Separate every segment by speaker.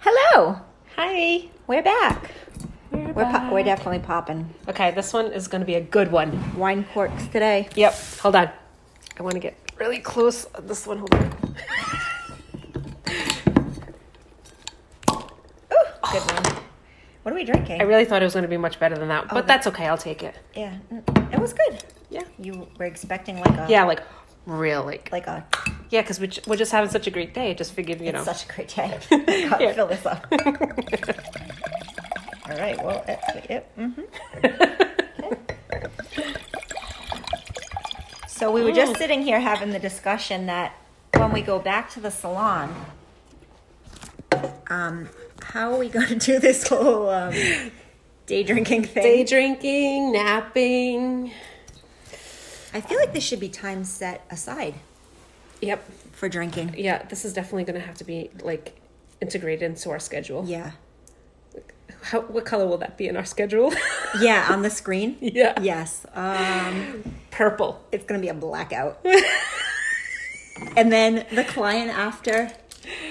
Speaker 1: Hello.
Speaker 2: Hi.
Speaker 1: We're back.
Speaker 2: We're
Speaker 1: We're po- we're definitely popping
Speaker 2: Okay, this one is going to be a good one.
Speaker 1: wine corks today.
Speaker 2: Yep. Hold on. I want to get really close. on This one, hold on. Good one.
Speaker 1: What are we drinking?
Speaker 2: I really thought it was going to be much better than that, but
Speaker 1: that-
Speaker 2: that's okay. I'll take it.
Speaker 1: yeah, mm, it was good.
Speaker 2: Yeah.
Speaker 1: You were expecting like a
Speaker 2: Yeah, like really.
Speaker 1: like a
Speaker 2: Yeah, because we, we're just having such a great day. Just figured, you know.
Speaker 1: it's such a great day. God,
Speaker 2: Yeah.
Speaker 1: fill this up. All right. Well, it, it, mhm. so we were just
Speaker 2: Mm.
Speaker 1: sitting here having the discussion that when we go back to the salon, um, how are we going to do this whole um, day drinking thing?
Speaker 2: Day drinking, napping.
Speaker 1: I feel like there should be time set aside
Speaker 2: Yep.
Speaker 1: for drinking.
Speaker 2: Yeah, this is definitely going to have to be like integrated into our schedule.
Speaker 1: Yeah.
Speaker 2: How, what color will that be in our schedule?
Speaker 1: Yeah, on the screen.
Speaker 2: Yeah.
Speaker 1: Yes. Um,
Speaker 2: Purple.
Speaker 1: it's going to be a blackout. and then the client after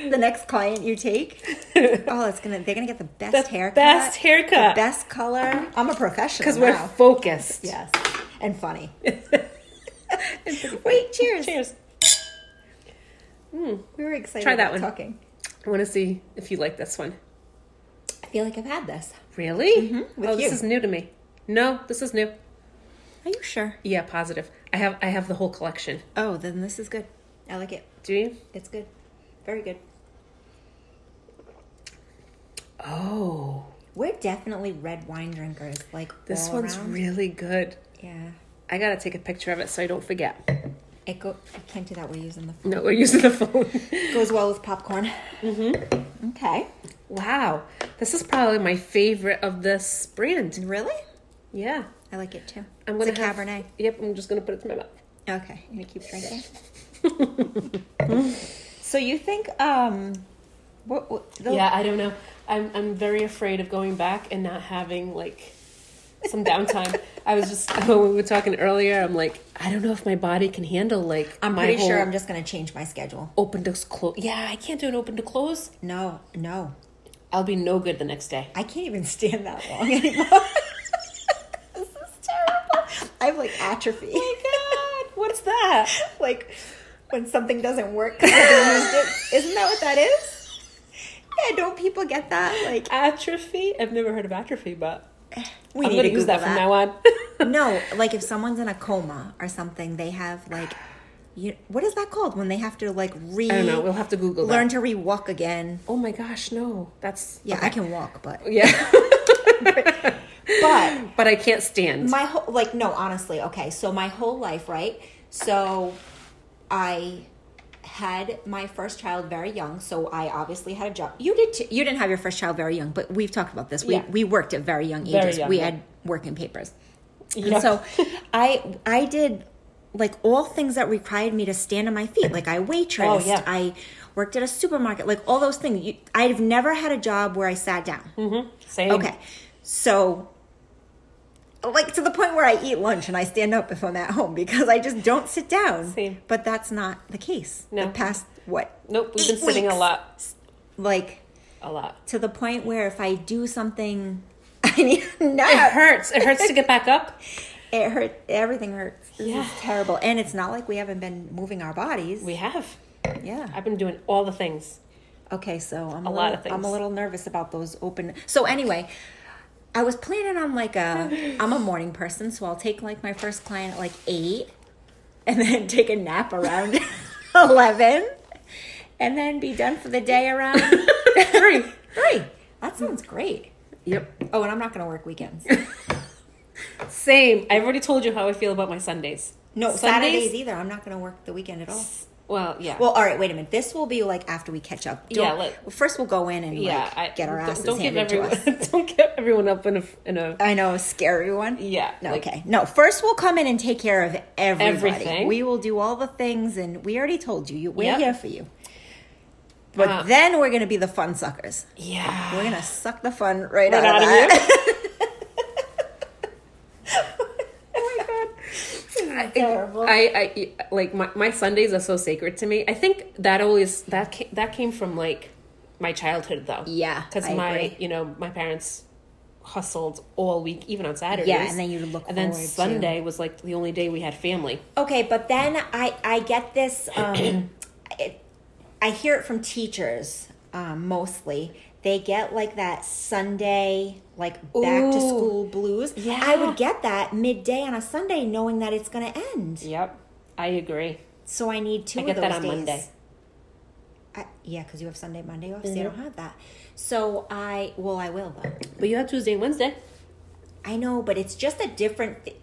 Speaker 1: the next client you take. Oh, it's going to they're going to get the best
Speaker 2: The
Speaker 1: haircut.
Speaker 2: best haircut.
Speaker 1: The best color. I'm a professional
Speaker 2: Because we're
Speaker 1: now.
Speaker 2: focused.
Speaker 1: yes. And funny. Wait, cheers. Hmm.
Speaker 2: Cheers.
Speaker 1: We were excited
Speaker 2: Try that
Speaker 1: about
Speaker 2: one.
Speaker 1: talking.
Speaker 2: I want to see if you like this one.
Speaker 1: I feel like I've had this.
Speaker 2: Really?
Speaker 1: with
Speaker 2: oh, this
Speaker 1: you.
Speaker 2: is new to me. No, this is new.
Speaker 1: Are you sure?
Speaker 2: Yeah, positive. I have I have the whole collection.
Speaker 1: Oh, then this is good. I like it.
Speaker 2: Do you?
Speaker 1: It's good. Very good.
Speaker 2: Oh,
Speaker 1: We're definitely red wine drinkers. Like
Speaker 2: this
Speaker 1: all
Speaker 2: one's
Speaker 1: around.
Speaker 2: really good.
Speaker 1: yeah.
Speaker 2: I gotta take a picture of it so I don't forget.
Speaker 1: It go. I can't do that. We're using the.
Speaker 2: No, we're using the phone.
Speaker 1: It goes well with popcorn. Mm-hmm. Okay.
Speaker 2: wow, this is probably my favorite of this brand.
Speaker 1: Really?
Speaker 2: Yeah,
Speaker 1: I like it too.
Speaker 2: I'm gonna
Speaker 1: it's a
Speaker 2: have-
Speaker 1: cabernet.
Speaker 2: Yep, I'm just gonna put it to my mouth.
Speaker 1: Okay. You gonna keep drinking? so you think um, what, what the,
Speaker 2: Yeah, I don't know. I'm I'm very afraid of going back and not having like some downtime. I was just when we were talking earlier. I'm like, I don't know if my body can handle like
Speaker 1: I'm
Speaker 2: my
Speaker 1: pretty sure
Speaker 2: whole
Speaker 1: I'm just gonna change my schedule.
Speaker 2: open to close. Yeah, I can't do an open to close.
Speaker 1: No, no,
Speaker 2: I'll be no good the next day.
Speaker 1: I can't even stand that long anymore. this is terrible. I have like atrophy.
Speaker 2: Oh God, what's that?
Speaker 1: like when something doesn't work 'cause I've used it. Isn't that what that is? Yeah, don't people get that? Like eh,
Speaker 2: Atrophy? I've never heard of atrophy, but
Speaker 1: we
Speaker 2: I'm
Speaker 1: need
Speaker 2: gonna
Speaker 1: to
Speaker 2: use that,
Speaker 1: Google
Speaker 2: from now on.
Speaker 1: No, like if someone's in a coma or something, they have like you what is that called when they have to like re
Speaker 2: I don't know. We'll have to Google that.
Speaker 1: learn to re walk again.
Speaker 2: Oh my gosh, no, that's
Speaker 1: Yeah, I can walk, but
Speaker 2: yeah,
Speaker 1: but
Speaker 2: but I can't stand.
Speaker 1: my whole like no honestly okay so my whole life right so i had my first child very young so i obviously had a job you did too. you didn't have your first child very young but we've talked about this we
Speaker 2: Yeah.
Speaker 1: we worked at very young ages
Speaker 2: Very young,
Speaker 1: we
Speaker 2: yeah.
Speaker 1: had working papers
Speaker 2: Yeah.
Speaker 1: and so i i did like all things that required me to stand on my feet like i waitressed
Speaker 2: Oh, yeah.
Speaker 1: i worked at a supermarket like all those things you, i've never had a job where i sat down
Speaker 2: Same.
Speaker 1: Okay. So like to the point where I eat lunch and I stand up if I'm at home because I just don't sit down.
Speaker 2: Same.
Speaker 1: But that's not the case.
Speaker 2: No.
Speaker 1: The past what?
Speaker 2: Nope, we've been
Speaker 1: eight
Speaker 2: sitting a
Speaker 1: weeks.
Speaker 2: lot,
Speaker 1: Like
Speaker 2: a lot.
Speaker 1: to the point where if I do something I need a
Speaker 2: It
Speaker 1: nap.
Speaker 2: hurts. It hurts to get back up.
Speaker 1: It hurt everything hurts. This
Speaker 2: Yeah.
Speaker 1: is terrible. And it's not like we haven't been moving our bodies.
Speaker 2: We have.
Speaker 1: yeah.
Speaker 2: I've been doing all the things.
Speaker 1: Okay, so I'm a,
Speaker 2: lot of
Speaker 1: little- I'm
Speaker 2: things.
Speaker 1: a little nervous about those open. So anyway, I was planning on like a I'm a morning person, so I'll take like my first client at like eight, and then take a nap around eleven, and then be done for the day around
Speaker 2: Three.
Speaker 1: three. That sounds great.
Speaker 2: Yep.
Speaker 1: Oh, and I'm not going to work weekends.
Speaker 2: Same. I've already told you how I feel about my Sundays.
Speaker 1: No
Speaker 2: Sundays.
Speaker 1: Saturdays either. I'm not going to work the weekend at all.
Speaker 2: Well, yeah.
Speaker 1: Well, all right. Wait a minute. This will be like after we catch up. Don't-
Speaker 2: Yeah, let-
Speaker 1: well, first we'll go in and
Speaker 2: yeah.
Speaker 1: like,
Speaker 2: I,
Speaker 1: get our
Speaker 2: don't-
Speaker 1: asses
Speaker 2: don't,
Speaker 1: handed
Speaker 2: give everyone,
Speaker 1: to us.
Speaker 2: Don't give everyone up in a in a
Speaker 1: I know, a scary one.
Speaker 2: yeah.
Speaker 1: No,
Speaker 2: like,
Speaker 1: okay. No, first we'll come in and take care of everybody.
Speaker 2: Everything.
Speaker 1: We will do all the things, and we already told you, you we're
Speaker 2: Yep.
Speaker 1: here for you. But
Speaker 2: Uh,
Speaker 1: then we're going to be the fun suckers.
Speaker 2: Yeah.
Speaker 1: We're going to suck the fun right
Speaker 2: Right
Speaker 1: out,
Speaker 2: out
Speaker 1: of
Speaker 2: of
Speaker 1: that.
Speaker 2: Oh I, I like my, my Sundays are so sacred to me. I think that always that came, that came from like my childhood though.
Speaker 1: Yeah,
Speaker 2: Because
Speaker 1: I
Speaker 2: my
Speaker 1: agree.
Speaker 2: you know my parents hustled all week, even on Saturdays.
Speaker 1: Yeah, and then you look
Speaker 2: And then
Speaker 1: forward to-
Speaker 2: Sunday was like the only day we had family.
Speaker 1: Okay, but then I I get this. Um, it, I hear it from teachers um, mostly. They get like that Sunday, like back to
Speaker 2: Ooh.
Speaker 1: school blues. I
Speaker 2: Yeah.
Speaker 1: would get that midday on a Sunday, knowing that it's going to end.
Speaker 2: Yep, I agree.
Speaker 1: So I need two
Speaker 2: I
Speaker 1: of
Speaker 2: get
Speaker 1: those
Speaker 2: that on
Speaker 1: days.
Speaker 2: Monday. Mm-hmm.
Speaker 1: I, yeah, because you have Sunday, Monday off. So I don't have that. So I well, I will though.
Speaker 2: But you have Tuesday and Wednesday.
Speaker 1: I know, but it's just a different. Th-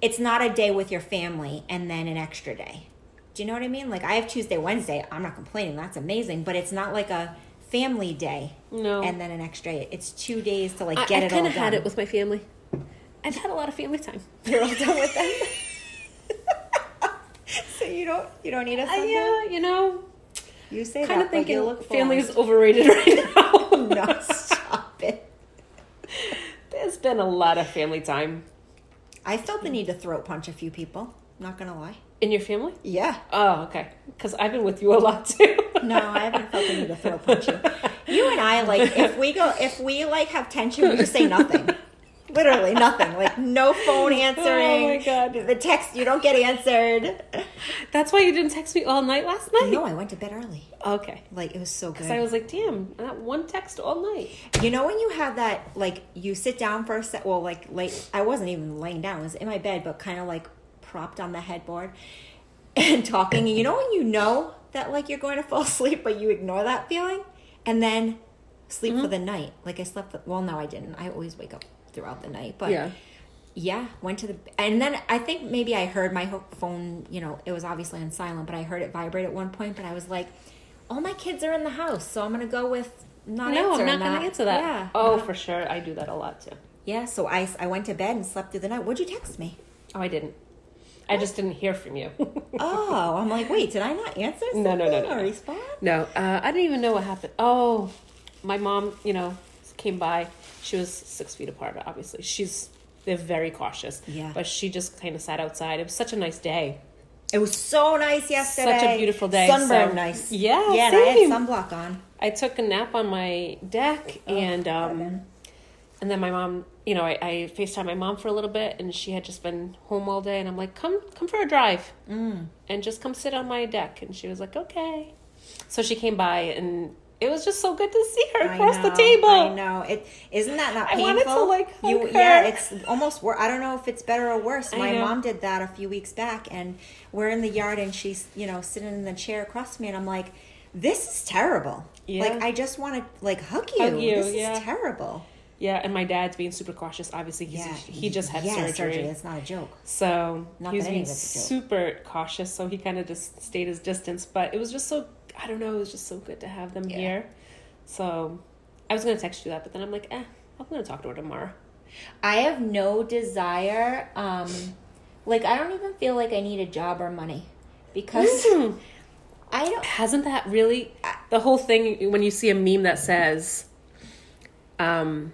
Speaker 1: it's not a day with your family and then an extra day. Do you know what I mean? Like I have Tuesday, Wednesday. I'm not complaining. That's amazing, but it's not like a family day.
Speaker 2: No.
Speaker 1: and then an extra day. It's two days to like
Speaker 2: I,
Speaker 1: get
Speaker 2: I
Speaker 1: it all
Speaker 2: kind
Speaker 1: done.
Speaker 2: of had it with my family. I've had a lot of family time. You're all done with them.
Speaker 1: so you don't you don't need a
Speaker 2: I,
Speaker 1: Sunday.
Speaker 2: uh, you know,
Speaker 1: you say
Speaker 2: kind
Speaker 1: that,
Speaker 2: of thinking
Speaker 1: but you look
Speaker 2: family is
Speaker 1: forward-
Speaker 2: overrated right now.
Speaker 1: no stop it.
Speaker 2: There's been a lot of family time
Speaker 1: I felt the need to throat punch a few people. Not gonna lie.
Speaker 2: in your family.
Speaker 1: Yeah.
Speaker 2: Oh, okay. Because I've been with you a lot too.
Speaker 1: No, I haven't felt the need to throat punch you. You and I, like, if we go, if we like have tension, we just say nothing. Literally nothing. Like no phone answering.
Speaker 2: Oh, my God.
Speaker 1: The text you don't get answered.
Speaker 2: That's why you didn't text me all night last night.
Speaker 1: No, I went to bed early.
Speaker 2: Okay.
Speaker 1: Like it was so good.
Speaker 2: So I was like, damn, not one text all night.
Speaker 1: you know when you have that, like you sit down for a sec. Well, like late. I wasn't even laying down. I was in my bed, but kind of like propped on the headboard and talking. And you know when you know that like you're going to fall asleep, but you ignore that feeling, and then sleep for the night. Like I slept. Well, no, I didn't. I always wake up throughout the night, but.
Speaker 2: Yeah.
Speaker 1: Yeah, went to the and then I think maybe I heard my ho- phone. You know, it was obviously on silent, but I heard it vibrate at one point. But I was like, "All my kids are in the house, so I'm gonna go with not
Speaker 2: no,
Speaker 1: answering
Speaker 2: I'm not going to answer that.
Speaker 1: Yeah.
Speaker 2: Oh, for sure. I do that a lot too.
Speaker 1: yeah. So I I went to bed and slept through the night. What'd you text me?
Speaker 2: Oh, I didn't. I just didn't hear from you.
Speaker 1: Oh, I'm like, wait, did I not answer?
Speaker 2: No, no, no,
Speaker 1: something
Speaker 2: no,
Speaker 1: or
Speaker 2: no.
Speaker 1: Respond?
Speaker 2: No, uh, I didn't even know what happened. Oh, my mom, you know, came by. She was six feet apart, obviously. She's, they're very cautious.
Speaker 1: Yeah.
Speaker 2: But she just kind of sat outside. It was such a nice day.
Speaker 1: It was so nice yesterday.
Speaker 2: Such a beautiful day,
Speaker 1: Sunburn,
Speaker 2: so-
Speaker 1: nice.
Speaker 2: Yeah,
Speaker 1: yeah. and I
Speaker 2: same.
Speaker 1: had sunblock on.
Speaker 2: I took a nap on my deck
Speaker 1: Oh,
Speaker 2: and um, and then my mom, you know, I, I FaceTime my mom for a little bit and she had just been home all day and I'm like, come come for a drive
Speaker 1: Mm.
Speaker 2: and just come sit on my deck and she was like, okay. So she came by and it was just so good to see her
Speaker 1: I
Speaker 2: across the
Speaker 1: know,
Speaker 2: table.
Speaker 1: I know. It isn't that not
Speaker 2: I
Speaker 1: painful?
Speaker 2: wanted to, like, hug
Speaker 1: you,
Speaker 2: her.
Speaker 1: Yeah, it's almost. Wor- I don't know if it's better or worse.
Speaker 2: I
Speaker 1: My
Speaker 2: know.
Speaker 1: mom did that a few weeks back, and we're in the yard, and she's you know sitting in the chair across from me, and I'm like, this is terrible.
Speaker 2: Yeah.
Speaker 1: Like I just want to like hug you.
Speaker 2: Hug you,
Speaker 1: this
Speaker 2: yeah.
Speaker 1: is terrible.
Speaker 2: Yeah, and my dad's being super cautious. Obviously, he's,
Speaker 1: Yeah,
Speaker 2: he just had
Speaker 1: yeah,
Speaker 2: surgery.
Speaker 1: It's not a joke.
Speaker 2: So
Speaker 1: Not
Speaker 2: he was
Speaker 1: that any
Speaker 2: being
Speaker 1: of it's a joke.
Speaker 2: super cautious, so he kind of just stayed his distance. But it was just so I don't know, it was just so good to have them
Speaker 1: Yeah.
Speaker 2: here. So I was gonna text you that, but then I'm like, eh, I'm gonna talk to her tomorrow.
Speaker 1: I have no desire. Um, like I don't even feel like I need a job or money because I don't.
Speaker 2: Hasn't that really the whole thing when you see a meme that says, um,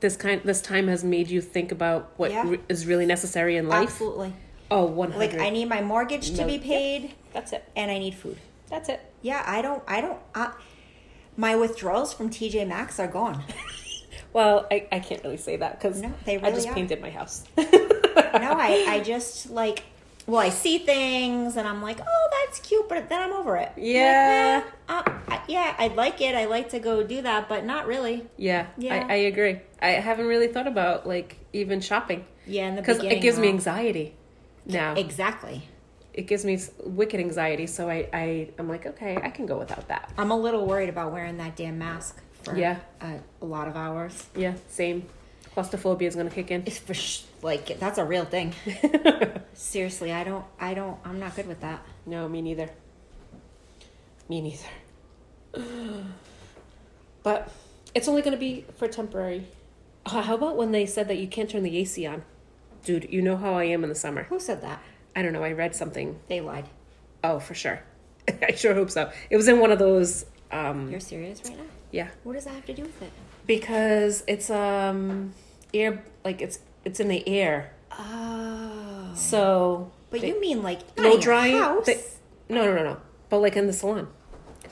Speaker 2: this kind this time has made you think about what
Speaker 1: Yeah.
Speaker 2: re- is really necessary in life.
Speaker 1: Absolutely.
Speaker 2: Oh, one
Speaker 1: Like
Speaker 2: hundred.
Speaker 1: I need my mortgage to
Speaker 2: No,
Speaker 1: be
Speaker 2: yep.
Speaker 1: paid.
Speaker 2: That's it.
Speaker 1: and I need food.
Speaker 2: That's it.
Speaker 1: Yeah, I don't. I don't. I, my withdrawals from TJ Maxx are gone.
Speaker 2: Well, I, I can't really say that because
Speaker 1: No, they
Speaker 2: I
Speaker 1: really
Speaker 2: just
Speaker 1: are.
Speaker 2: painted my house.
Speaker 1: No, I. I just like. Well, I see things and I'm like, oh, that's cute, but then I'm over it.
Speaker 2: Yeah.
Speaker 1: Like, eh, uh, I- yeah, I'd like it. I like to go do that, but not really.
Speaker 2: Yeah,
Speaker 1: Yeah.
Speaker 2: I, I agree. I haven't really thought about like even shopping
Speaker 1: Yeah, in the
Speaker 2: because
Speaker 1: beginning.
Speaker 2: it gives me
Speaker 1: no.
Speaker 2: anxiety. Now
Speaker 1: Exactly.
Speaker 2: it gives me s- wicked anxiety, so I I am like, okay, I can go without that.
Speaker 1: I'm a little worried about wearing that damn mask for
Speaker 2: Yeah.
Speaker 1: a, a lot of hours.
Speaker 2: Yeah, same. Claustrophobia is gonna kick in.
Speaker 1: It's for sh- like that's a real thing. Seriously, I don't. I don't. I'm not good with that.
Speaker 2: no, me neither. Me neither. But it's only gonna be for temporary. Oh, How about when they said that you can't turn the AC on? Dude, you know how I am in the summer.
Speaker 1: Who said that?
Speaker 2: I don't know. I read something
Speaker 1: They lied.
Speaker 2: Oh, for sure. I sure hope so. It was in one of those. Um,
Speaker 1: You're serious right now?
Speaker 2: yeah,
Speaker 1: What does that have to do with it?
Speaker 2: because it's um air like it's it's in the air.
Speaker 1: Oh.
Speaker 2: So
Speaker 1: But
Speaker 2: they-
Speaker 1: you mean like not
Speaker 2: blow
Speaker 1: in your
Speaker 2: drying.
Speaker 1: house?
Speaker 2: they- no, no, no, no. But like in the salon,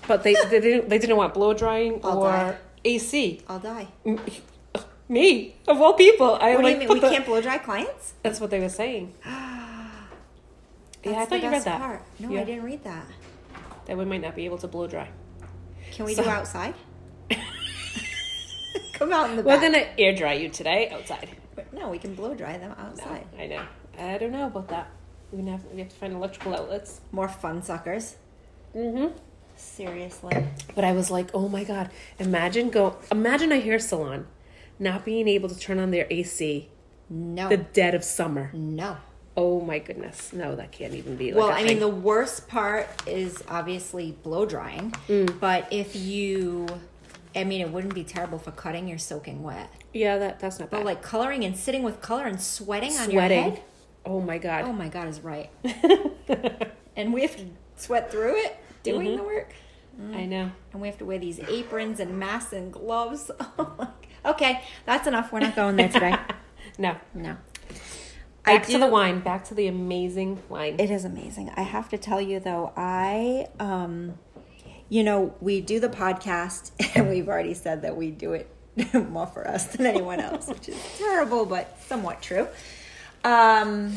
Speaker 2: But they they didn't they didn't want blow drying
Speaker 1: I'll
Speaker 2: or
Speaker 1: die.
Speaker 2: AC.
Speaker 1: I'll die.
Speaker 2: Me of all people, I
Speaker 1: What do
Speaker 2: like.
Speaker 1: you mean?
Speaker 2: put
Speaker 1: We
Speaker 2: the-
Speaker 1: can't blow dry clients?
Speaker 2: That's what they were saying.
Speaker 1: That's
Speaker 2: yeah, I
Speaker 1: the
Speaker 2: thought you
Speaker 1: best
Speaker 2: read that.
Speaker 1: part. No, I
Speaker 2: Yeah.
Speaker 1: didn't read that.
Speaker 2: That we might not be able to blow dry.
Speaker 1: Can we
Speaker 2: So-
Speaker 1: do outside? Come out in the
Speaker 2: We're
Speaker 1: back.
Speaker 2: gonna air dry you today outside.
Speaker 1: No, we can blow dry them outside.
Speaker 2: I know. I don't know about that. We have we have to find electrical outlets.
Speaker 1: More fun suckers.
Speaker 2: Mm-hmm.
Speaker 1: Seriously.
Speaker 2: But I was like, oh my god! Imagine go. Imagine a hair salon not being able to turn on their AC
Speaker 1: No.
Speaker 2: the dead of summer.
Speaker 1: no.
Speaker 2: Oh my goodness! No, that can't even be. Like
Speaker 1: Well,
Speaker 2: a
Speaker 1: I
Speaker 2: thing.
Speaker 1: mean, the worst part is obviously blow drying,
Speaker 2: Mm.
Speaker 1: but if you, I mean, it wouldn't be terrible for cutting, you're soaking wet.
Speaker 2: yeah, that that's not bad.
Speaker 1: But like coloring and sitting with color and sweating, on your
Speaker 2: sweating.
Speaker 1: head.
Speaker 2: Oh
Speaker 1: Oh
Speaker 2: my god!
Speaker 1: my God, is right. and we have to sweat through it
Speaker 2: Mm-hmm.
Speaker 1: doing the work.
Speaker 2: I know.
Speaker 1: And we have to wear these aprons and masks and gloves. Oh okay, that's enough. We're not going there today.
Speaker 2: No.
Speaker 1: No.
Speaker 2: Back to the wine. Back to the amazing wine.
Speaker 1: It is amazing. I have to tell you though, I um you know, we do the podcast and we've already said that we do it more for us than anyone else, which is terrible but somewhat true. Um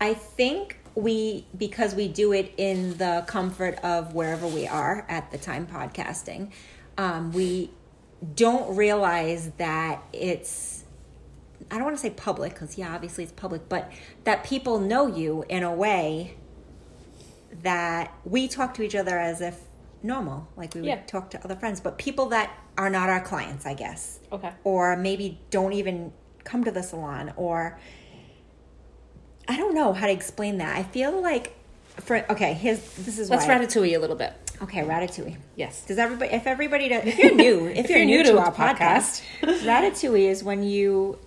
Speaker 1: I think we because we do it in the comfort of wherever we are at the time podcasting, um we don't realize that it's I don't want to say public because yeah, obviously it's public, but that people know you in a way that we talk to each other as if normal, like we would
Speaker 2: Yeah.
Speaker 1: talk to other friends, but people that are not our clients, I guess,
Speaker 2: okay.
Speaker 1: or maybe don't even come to the salon, or I don't know how to explain that. I feel like, for okay, here's this is
Speaker 2: Let's
Speaker 1: why.
Speaker 2: ratatouille a little bit.
Speaker 1: okay, ratatouille.
Speaker 2: Yes.
Speaker 1: Does everybody? If everybody, does, if you're new, if, you're, new, to our podcast, ratatouille is when you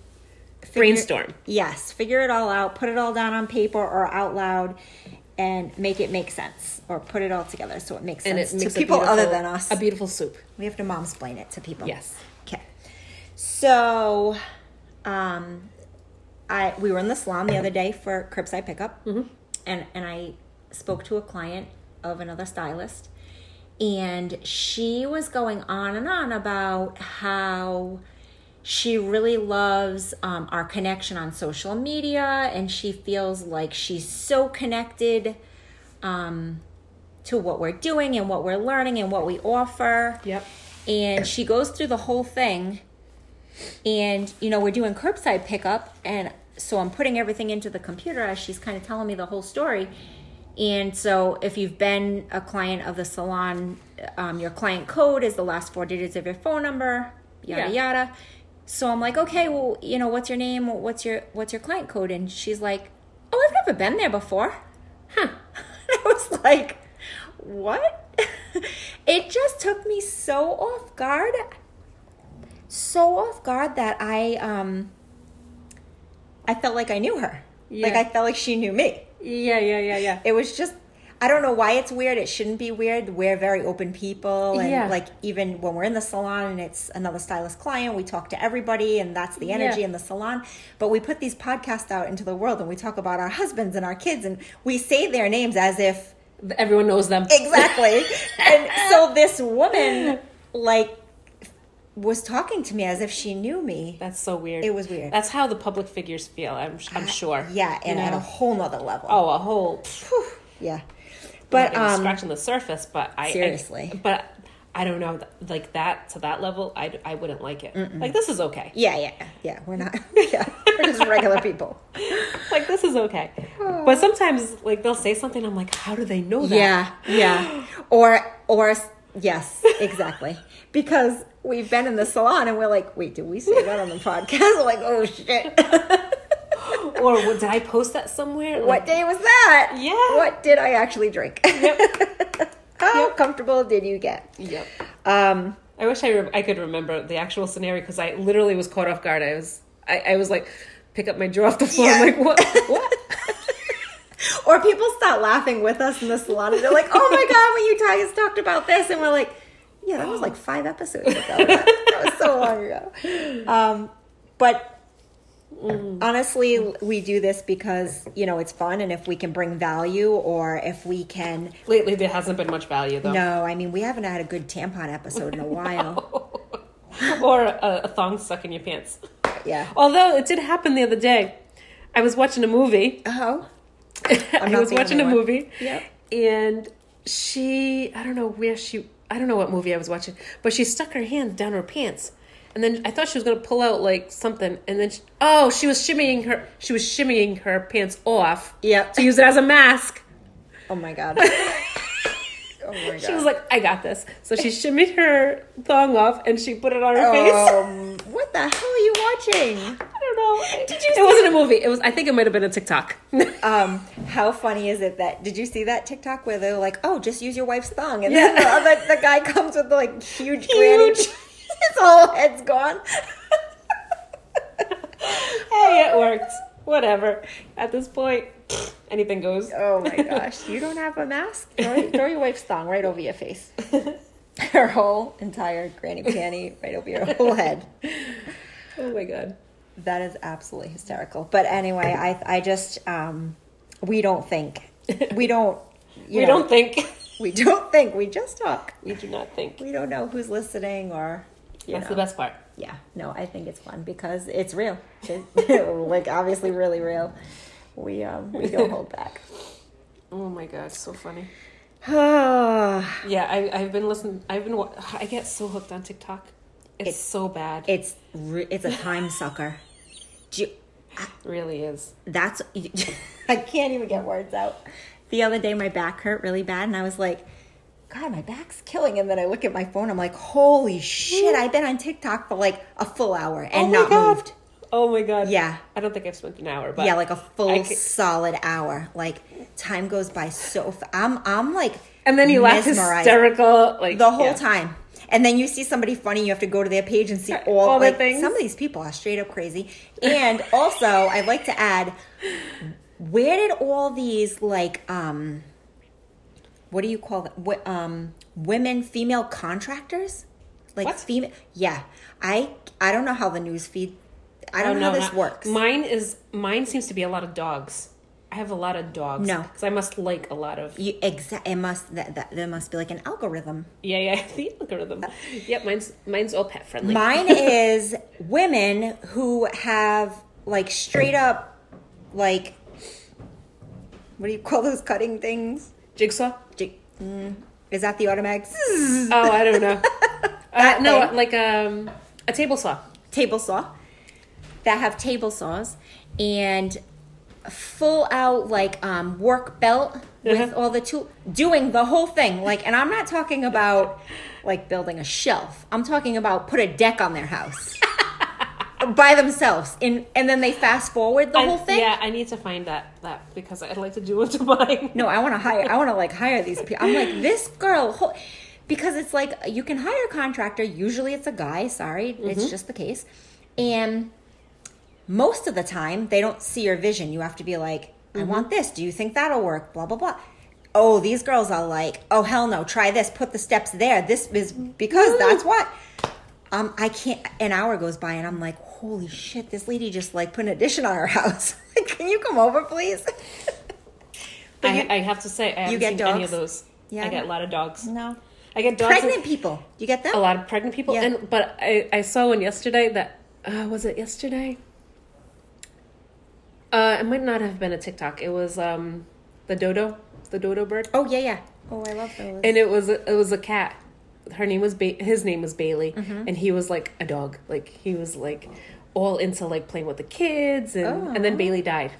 Speaker 1: figure-
Speaker 2: Brainstorm.
Speaker 1: Yes, figure it all out, put it all down on paper or out loud, and make it make sense, or put it all together so it makes
Speaker 2: And
Speaker 1: sense
Speaker 2: it makes
Speaker 1: to
Speaker 2: a
Speaker 1: people other
Speaker 2: beautiful-
Speaker 1: than us.
Speaker 2: A beautiful soup.
Speaker 1: we have to momsplain it to people.
Speaker 2: Yes.
Speaker 1: Okay. So, um, I we were in the salon the other day for curbside pickup, and and I spoke to a client of another stylist, and she was going on and on about how she really loves um, our connection on social media, and she feels like she's so connected. Um, to what we're doing and what we're learning and what we offer
Speaker 2: Yep.
Speaker 1: and she goes through the whole thing and you know we're doing curbside pickup and so i'm putting everything into the computer as she's kind of telling me the whole story and so if you've been a client of the salon um, your client code is the last four digits of your phone number yada
Speaker 2: Yeah.
Speaker 1: yada so i'm like okay well you know what's your name what's your what's your client code and she's like oh i've never been there before huh. I was like, what? it just took me so off guard. So off guard that I um I felt like I knew her. Like
Speaker 2: Yeah.
Speaker 1: I felt like she knew me.
Speaker 2: Yeah, yeah, yeah, yeah.
Speaker 1: It was just I don't know why it's weird. It shouldn't be weird. We're very open people and
Speaker 2: Yeah.
Speaker 1: like even when we're in the salon and it's another stylist client, we talk to everybody and that's the energy
Speaker 2: Yeah.
Speaker 1: in the salon. But we put these podcasts out into the world and we talk about our husbands and our kids and we say their names as if
Speaker 2: Everyone knows them.
Speaker 1: exactly. and so this woman, like, was talking to me as if she knew me.
Speaker 2: That's so weird. Uh,
Speaker 1: It was weird.
Speaker 2: That's how the public figures feel. I'm I'm sure.
Speaker 1: Yeah, and
Speaker 2: You
Speaker 1: at a
Speaker 2: know?
Speaker 1: whole nother level.
Speaker 2: oh, a whole.
Speaker 1: Whew. yeah. But
Speaker 2: I'm
Speaker 1: um,
Speaker 2: scratching the surface, but I I-
Speaker 1: Seriously.
Speaker 2: but I don't know, like that to that level, I I wouldn't like it. Like this is okay.
Speaker 1: yeah, yeah, yeah. We're not. Yeah, we're just regular people.
Speaker 2: Like this is okay. But sometimes, like they'll say something, I'm like, how do they know that?
Speaker 1: Yeah, yeah. Or or yes, exactly. Because we've been in the salon and we're like, wait, did we say that on the podcast? We're like, oh shit.
Speaker 2: Or what, did I post that somewhere?
Speaker 1: What day was that?
Speaker 2: Yeah.
Speaker 1: What did I actually drink? How comfortable did you get?
Speaker 2: Like, yep.
Speaker 1: Um,
Speaker 2: I wish I re- I could remember the actual scenario because I literally was caught off guard. I was I, I was like, pick up my drawer off the floor. I'm
Speaker 1: Yeah.
Speaker 2: like, what? What?
Speaker 1: or people start laughing with us in the salon and they're like, oh my God, when you guys talked about this. And we're like, yeah, that was like five episodes ago. That, that was so long ago. Um, but Honestly, we do this because, you know, it's fun and if we can bring value or if we can.
Speaker 2: Lately, there hasn't been much value though,
Speaker 1: No, I mean, we haven't had a good tampon episode in a while.
Speaker 2: or a, a thong stuck in your pants.
Speaker 1: Yeah.
Speaker 2: Although it did happen the other day, I was watching a movie.
Speaker 1: Oh.
Speaker 2: I
Speaker 1: not
Speaker 2: was
Speaker 1: the
Speaker 2: watching a
Speaker 1: only one.
Speaker 2: movie.
Speaker 1: Yep.
Speaker 2: And she, I don't know where she, I don't know what movie I was watching, but she stuck her hand down her pants. And then I thought she was going to pull out like something. And then, she, oh, she was shimmying her, she was shimmying her pants off
Speaker 1: Yep.
Speaker 2: to use it as a mask.
Speaker 1: Oh my God. Oh my God.
Speaker 2: She was like, I got this. So she shimmied her thong off and she put it on her face.
Speaker 1: Um, what the hell are you watching?
Speaker 2: I don't know.
Speaker 1: Did you
Speaker 2: It
Speaker 1: see-
Speaker 2: wasn't a movie. It was, I think it might have been a TikTok.
Speaker 1: Um, how funny is it that did you see that TikTok where they're like, "Oh, just use your wife's thong," and then the, other, the guy comes with like huge, granny,
Speaker 2: Huge.
Speaker 1: his whole head's gone.
Speaker 2: hey, it worked. Whatever. At this point, anything goes.
Speaker 1: Oh my gosh, you don't have a mask? Throw, throw your wife's thong right over your face. Her whole entire granny panty right over your whole head.
Speaker 2: Oh my god.
Speaker 1: That is absolutely hysterical. But anyway, I I just um, we don't think we don't you
Speaker 2: we
Speaker 1: know,
Speaker 2: don't think.
Speaker 1: we don't think we just talk.
Speaker 2: We do not think.
Speaker 1: We don't know who's listening or you
Speaker 2: That's
Speaker 1: know.
Speaker 2: the best part.
Speaker 1: yeah no i think it's fun because it's real It- like obviously really real we um we don't hold back
Speaker 2: Oh my god, so funny.
Speaker 1: it's
Speaker 2: Yeah, I, I've been listening. I've been. wa- I get so hooked on TikTok. It's so bad. It
Speaker 1: re- it's a time sucker Do you,
Speaker 2: really is.
Speaker 1: that's i can't even get words out the other day my back hurt really bad and i was like god my back's killing and then i look at my phone i'm like holy shit i've been on tiktok for like a full hour and
Speaker 2: oh my
Speaker 1: not
Speaker 2: god.
Speaker 1: moved
Speaker 2: Oh my god.
Speaker 1: Yeah.
Speaker 2: I don't think I've spent an hour, but
Speaker 1: yeah like a full
Speaker 2: I ca-
Speaker 1: solid hour like time goes by so fast i'm i'm like
Speaker 2: and then you laugh
Speaker 1: mesmerized
Speaker 2: hysterical, like
Speaker 1: the whole
Speaker 2: yeah.
Speaker 1: time and then you see somebody funny you have to go to their page and see all,
Speaker 2: All their
Speaker 1: like
Speaker 2: things.
Speaker 1: some of these people are straight up crazy and also i'd like to add where did all these like um what do you call it what, um women female contractors like
Speaker 2: What?
Speaker 1: female yeah i i don't know how the news feed i
Speaker 2: Oh,
Speaker 1: don't know how
Speaker 2: no,
Speaker 1: this
Speaker 2: not-
Speaker 1: works
Speaker 2: Mine is mine seems to be a lot of dogs. I have a lot of dogs.
Speaker 1: No.
Speaker 2: because I must like a lot of
Speaker 1: You exa- it must that, that there must be like an algorithm.
Speaker 2: yeah yeah the algorithm. Yep, mine's mine's all pet friendly.
Speaker 1: Mine is women who have like straight up like what do you call those cutting things?
Speaker 2: Jigsaw.
Speaker 1: J- mm, Is that the automatic zzz,
Speaker 2: Oh, I don't know. uh,
Speaker 1: That
Speaker 2: no,
Speaker 1: thing.
Speaker 2: like um, a table saw.
Speaker 1: table saw that have table saws and full out like um work belt
Speaker 2: Uh-huh.
Speaker 1: with all the tool doing the whole thing like and I'm not talking about like building a shelf. I'm talking about put a deck on their house. by themselves in and then they fast forward the
Speaker 2: I-
Speaker 1: whole thing.
Speaker 2: Yeah, I need to find that that because I'd like to do it to mine.
Speaker 1: No, I want to hire. I want to like hire these people. I'm like this girl, ho-, because it's like you can hire a contractor. Usually, it's a guy. Sorry, it's just the case. And most of the time, they don't see your vision. You have to be like, I want this. Do you think that'll work? Blah blah blah. Oh, these girls are like, oh hell no, try this. Put the steps there. This is because that's what. Um, I can't. An hour goes by, and I'm like, holy shit, this lady just like put an addition on her house. can you come over, please? But
Speaker 2: I,
Speaker 1: you-
Speaker 2: I have to say I haven't
Speaker 1: get
Speaker 2: seen any of
Speaker 1: dogs?
Speaker 2: those.
Speaker 1: Yeah.
Speaker 2: I get a lot of dogs.
Speaker 1: No.
Speaker 2: I get dogs. and-
Speaker 1: pregnant people. Do you get that?
Speaker 2: a lot of pregnant people.
Speaker 1: Yeah.
Speaker 2: And but I, I saw one yesterday that uh, was it yesterday. Uh, it might not have been a TikTok. It was um, the dodo, the dodo bird,
Speaker 1: Oh yeah, yeah. Oh, I love those.
Speaker 2: and it was it was a cat. Her name was ba- his name was Bailey, and he was like a dog. Like he was like all into like playing with the kids, and and then Bailey died.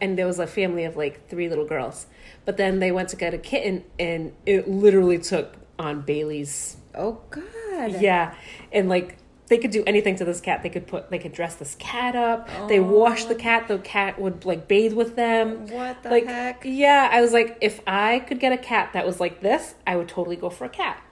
Speaker 2: And there was a family of like three little girls, but then they went to get a kitten, and it literally took on Bailey's
Speaker 1: oh God.
Speaker 2: yeah, and like they could do anything to this cat. They could put they could dress this cat up. They wash the cat. The cat would like bathe with them.
Speaker 1: What the
Speaker 2: like,
Speaker 1: heck?
Speaker 2: Yeah, I was like, if I could get a cat that was like this, I would totally go for a cat.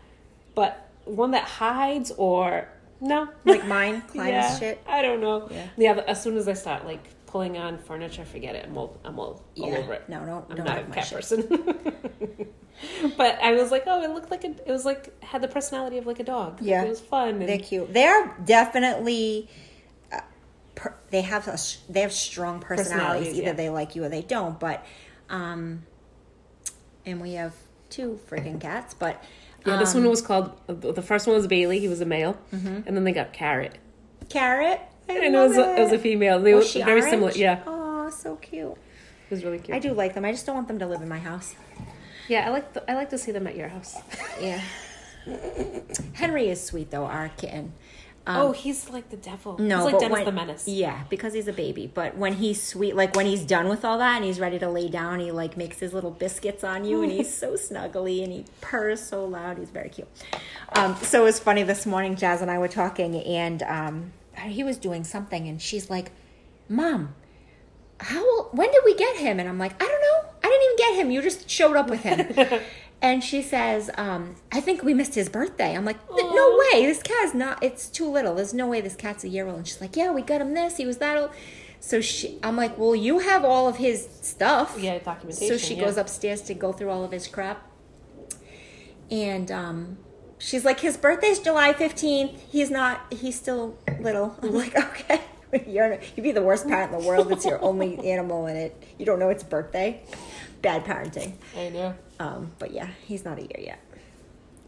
Speaker 2: But one that hides or no,
Speaker 1: Like mine, Klein's
Speaker 2: yeah,
Speaker 1: shit.
Speaker 2: I don't know.
Speaker 1: Yeah.
Speaker 2: Yeah. the- as soon as I start like pulling on furniture, forget it. I'm all I'm all, all
Speaker 1: Yeah.
Speaker 2: over it.
Speaker 1: No, don't-
Speaker 2: I'm
Speaker 1: don't
Speaker 2: not a
Speaker 1: have my
Speaker 2: cat
Speaker 1: shit.
Speaker 2: person. but I was like, oh, it looked like a, it was like had the personality of like a dog. Like,
Speaker 1: Yeah.
Speaker 2: it was fun. and-
Speaker 1: They're cute. They're definitely uh, per, they have a, s- they have strong personalities.
Speaker 2: Personalities,
Speaker 1: Either
Speaker 2: yeah.
Speaker 1: they like you or they don't. But, um, and we have two freaking cats. But um,
Speaker 2: Yeah, this one was called the first one was Bailey. He was a male, and then they got Carrot,
Speaker 1: Carrot, Mm-hmm. I
Speaker 2: and it
Speaker 1: love
Speaker 2: was a, it was a female. They were
Speaker 1: Was she
Speaker 2: very similar.
Speaker 1: orange?
Speaker 2: Yeah,
Speaker 1: Oh, so cute.
Speaker 2: it was really cute.
Speaker 1: I do like them. I just don't want them to live in my house.
Speaker 2: Yeah, I like the, I like to see them at your house.
Speaker 1: Yeah. Henry is sweet though, our kitten. Um,
Speaker 2: oh, he's like the devil.
Speaker 1: No,
Speaker 2: he's like
Speaker 1: but
Speaker 2: Dennis
Speaker 1: when-
Speaker 2: the Menace.
Speaker 1: Yeah, because he's a baby. But when he's sweet, like when he's done with all that and he's ready to lay down, he like makes his little biscuits on you, and he's so snuggly, and he purrs so loud. He's very cute. Um, so it was funny this morning. Jazz and I were talking, and um, he was doing something, and she's like, "Mom, how? old- When did we get him?" And I'm like, "I don't know. I didn't even get him. You just showed up with him." And she says, um, I think we missed his birthday. I'm like, "Th- no
Speaker 2: Aw.
Speaker 1: way. This cat's not, it's too little. There's no way this cat's a year old. And she's like, yeah, we got him this. He was that old. So she, I'm like, well, you have all of his stuff.
Speaker 2: Yeah, documentation.
Speaker 1: So she
Speaker 2: yeah.
Speaker 1: goes upstairs to go through all of his crap. And um, she's like, his birthday's July 15th. He's not, he's still little.
Speaker 2: Mm-hmm.
Speaker 1: I'm like, okay. You're, you'd be the worst parent in the world. It's your only animal and it. You don't know its birthday. Bad parenting.
Speaker 2: I know.
Speaker 1: Um, but yeah, he's not a year yet.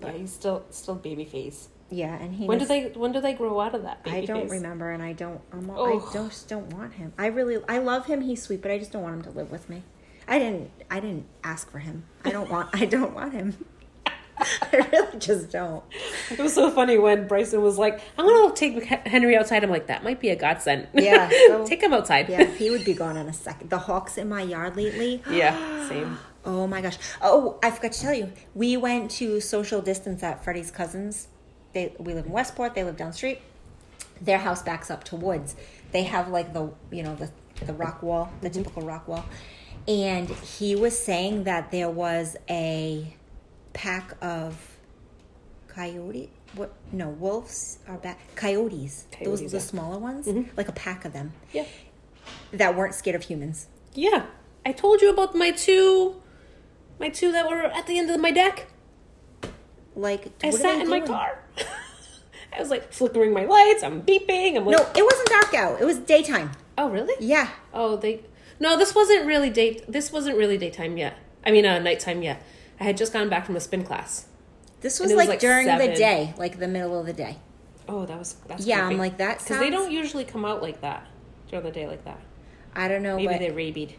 Speaker 2: Yeah, he's still still baby phase.
Speaker 1: Yeah, and he.
Speaker 2: When do
Speaker 1: was-
Speaker 2: they when do they grow out of that? Baby
Speaker 1: I don't
Speaker 2: phase?
Speaker 1: remember, and I don't. I'm,
Speaker 2: Oh.
Speaker 1: I just don't want him. I really, I love him. He's sweet, but I just don't want him to live with me. I didn't. I didn't ask for him. I don't want. I don't want him. I really just don't.
Speaker 2: It was so funny when Bryson was like, "I'm gonna take H- Henry outside." I'm like, "That might be a godsend."
Speaker 1: Yeah, so-
Speaker 2: take him outside.
Speaker 1: Yeah, he would be gone in a second. The hawks in my yard lately.
Speaker 2: Yeah, same.
Speaker 1: Oh my gosh. Oh, I forgot to tell you. We went to social distance at Freddie's cousins. They we live in Westport, they live down the street. Their house backs up to woods. They have like the you know, the the rock wall, the
Speaker 2: Mm-hmm.
Speaker 1: typical rock wall. And he was saying that there was a pack of coyote what no, wolves are back coyotes. Those
Speaker 2: Coyotes,
Speaker 1: the
Speaker 2: yeah. Mm-hmm.
Speaker 1: smaller ones. Like a pack of them.
Speaker 2: Yeah,
Speaker 1: That weren't scared of humans.
Speaker 2: yeah. I told you about my two, my two that were at the end of my deck.
Speaker 1: Like
Speaker 2: I
Speaker 1: what are
Speaker 2: sat
Speaker 1: they
Speaker 2: in my
Speaker 1: doing?
Speaker 2: car. I was like flickering my lights. I'm beeping. I'm like,
Speaker 1: No, it wasn't dark out. It was daytime.
Speaker 2: oh really?
Speaker 1: Yeah.
Speaker 2: Oh, they. No, this wasn't really day. This wasn't really daytime yet. I mean, uh, nighttime yet. I had just gotten back from a spin class.
Speaker 1: This was,
Speaker 2: it was,
Speaker 1: like,
Speaker 2: like,
Speaker 1: during the
Speaker 2: seven.
Speaker 1: day, like the middle of the day.
Speaker 2: Oh, that was. That's
Speaker 1: Yeah, I'm
Speaker 2: creepy.
Speaker 1: like, that
Speaker 2: they
Speaker 1: sounds-
Speaker 2: don't usually come out like that during the day like that.
Speaker 1: I don't know,
Speaker 2: Maybe
Speaker 1: but
Speaker 2: they rabied.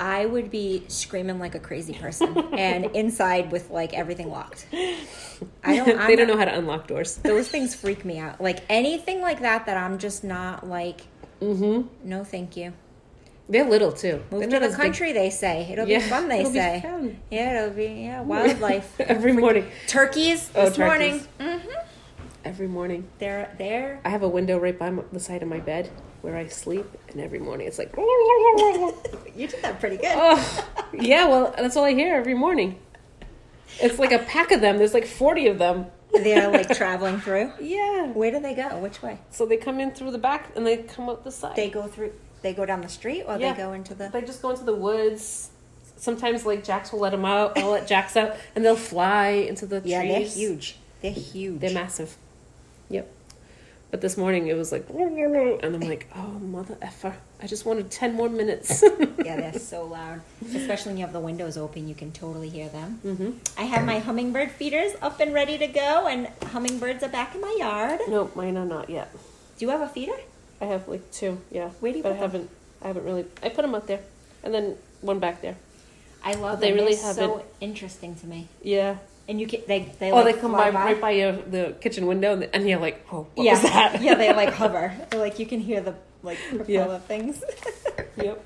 Speaker 1: I would be screaming like a crazy person and inside with like everything locked. I don't. I'm
Speaker 2: they don't
Speaker 1: not-
Speaker 2: know how to unlock doors.
Speaker 1: Those things freak me out. Like anything like that, that I'm just not like. Mm-hmm. No, thank you.
Speaker 2: They're little too.
Speaker 1: Move
Speaker 2: They're
Speaker 1: to
Speaker 2: not
Speaker 1: the
Speaker 2: as big.
Speaker 1: country, they say. It'll
Speaker 2: Yeah,
Speaker 1: be fun, they
Speaker 2: it'll be
Speaker 1: say.
Speaker 2: fun.
Speaker 1: Yeah, it'll be yeah wildlife.
Speaker 2: every morning.
Speaker 1: turkeys
Speaker 2: Oh,
Speaker 1: this morning. Mm,
Speaker 2: turkeys. Every morning,
Speaker 1: They're they're
Speaker 2: I have a window right by my, the side of my bed where I sleep, and every morning it's like.
Speaker 1: You did that pretty good.
Speaker 2: Oh, yeah. Well, that's all I hear every morning. It's like a pack of them. There's like forty of them.
Speaker 1: They're like traveling through.
Speaker 2: Yeah.
Speaker 1: Where do they go? Which way?
Speaker 2: So they come in through the back and they come up the side.
Speaker 1: They go through. They go down the street, or
Speaker 2: Yeah.
Speaker 1: they go into the.
Speaker 2: They just go into the woods. Sometimes like Jax will let them out. I'll let Jax out, and they'll fly into the
Speaker 1: Yeah, they're
Speaker 2: trees.
Speaker 1: huge. They're huge.
Speaker 2: They're massive. Yep. But this morning it was like, and I'm like, oh mother effer! I just wanted ten more minutes.
Speaker 1: yeah, they're so loud. Especially when you have the windows open, you can totally hear them. Mm-hmm. I have my hummingbird feeders up and ready to go, and hummingbirds are back in my yard.
Speaker 2: no, mine are not yet.
Speaker 1: Do you have a feeder?
Speaker 2: I have like two. Yeah.
Speaker 1: Where do you
Speaker 2: But I
Speaker 1: put 'em?
Speaker 2: haven't. I haven't really. I put them out there, and then one back there.
Speaker 1: I love
Speaker 2: But they
Speaker 1: them.
Speaker 2: really
Speaker 1: They're so
Speaker 2: haven't-
Speaker 1: interesting to me.
Speaker 2: Yeah.
Speaker 1: And you can they they
Speaker 2: oh,
Speaker 1: like
Speaker 2: they come
Speaker 1: fly
Speaker 2: by, right by your, the kitchen window, and, and you're like, oh, what
Speaker 1: yeah,
Speaker 2: was that?
Speaker 1: yeah, they like hover. They're like you can hear the like propeller things.
Speaker 2: Yep.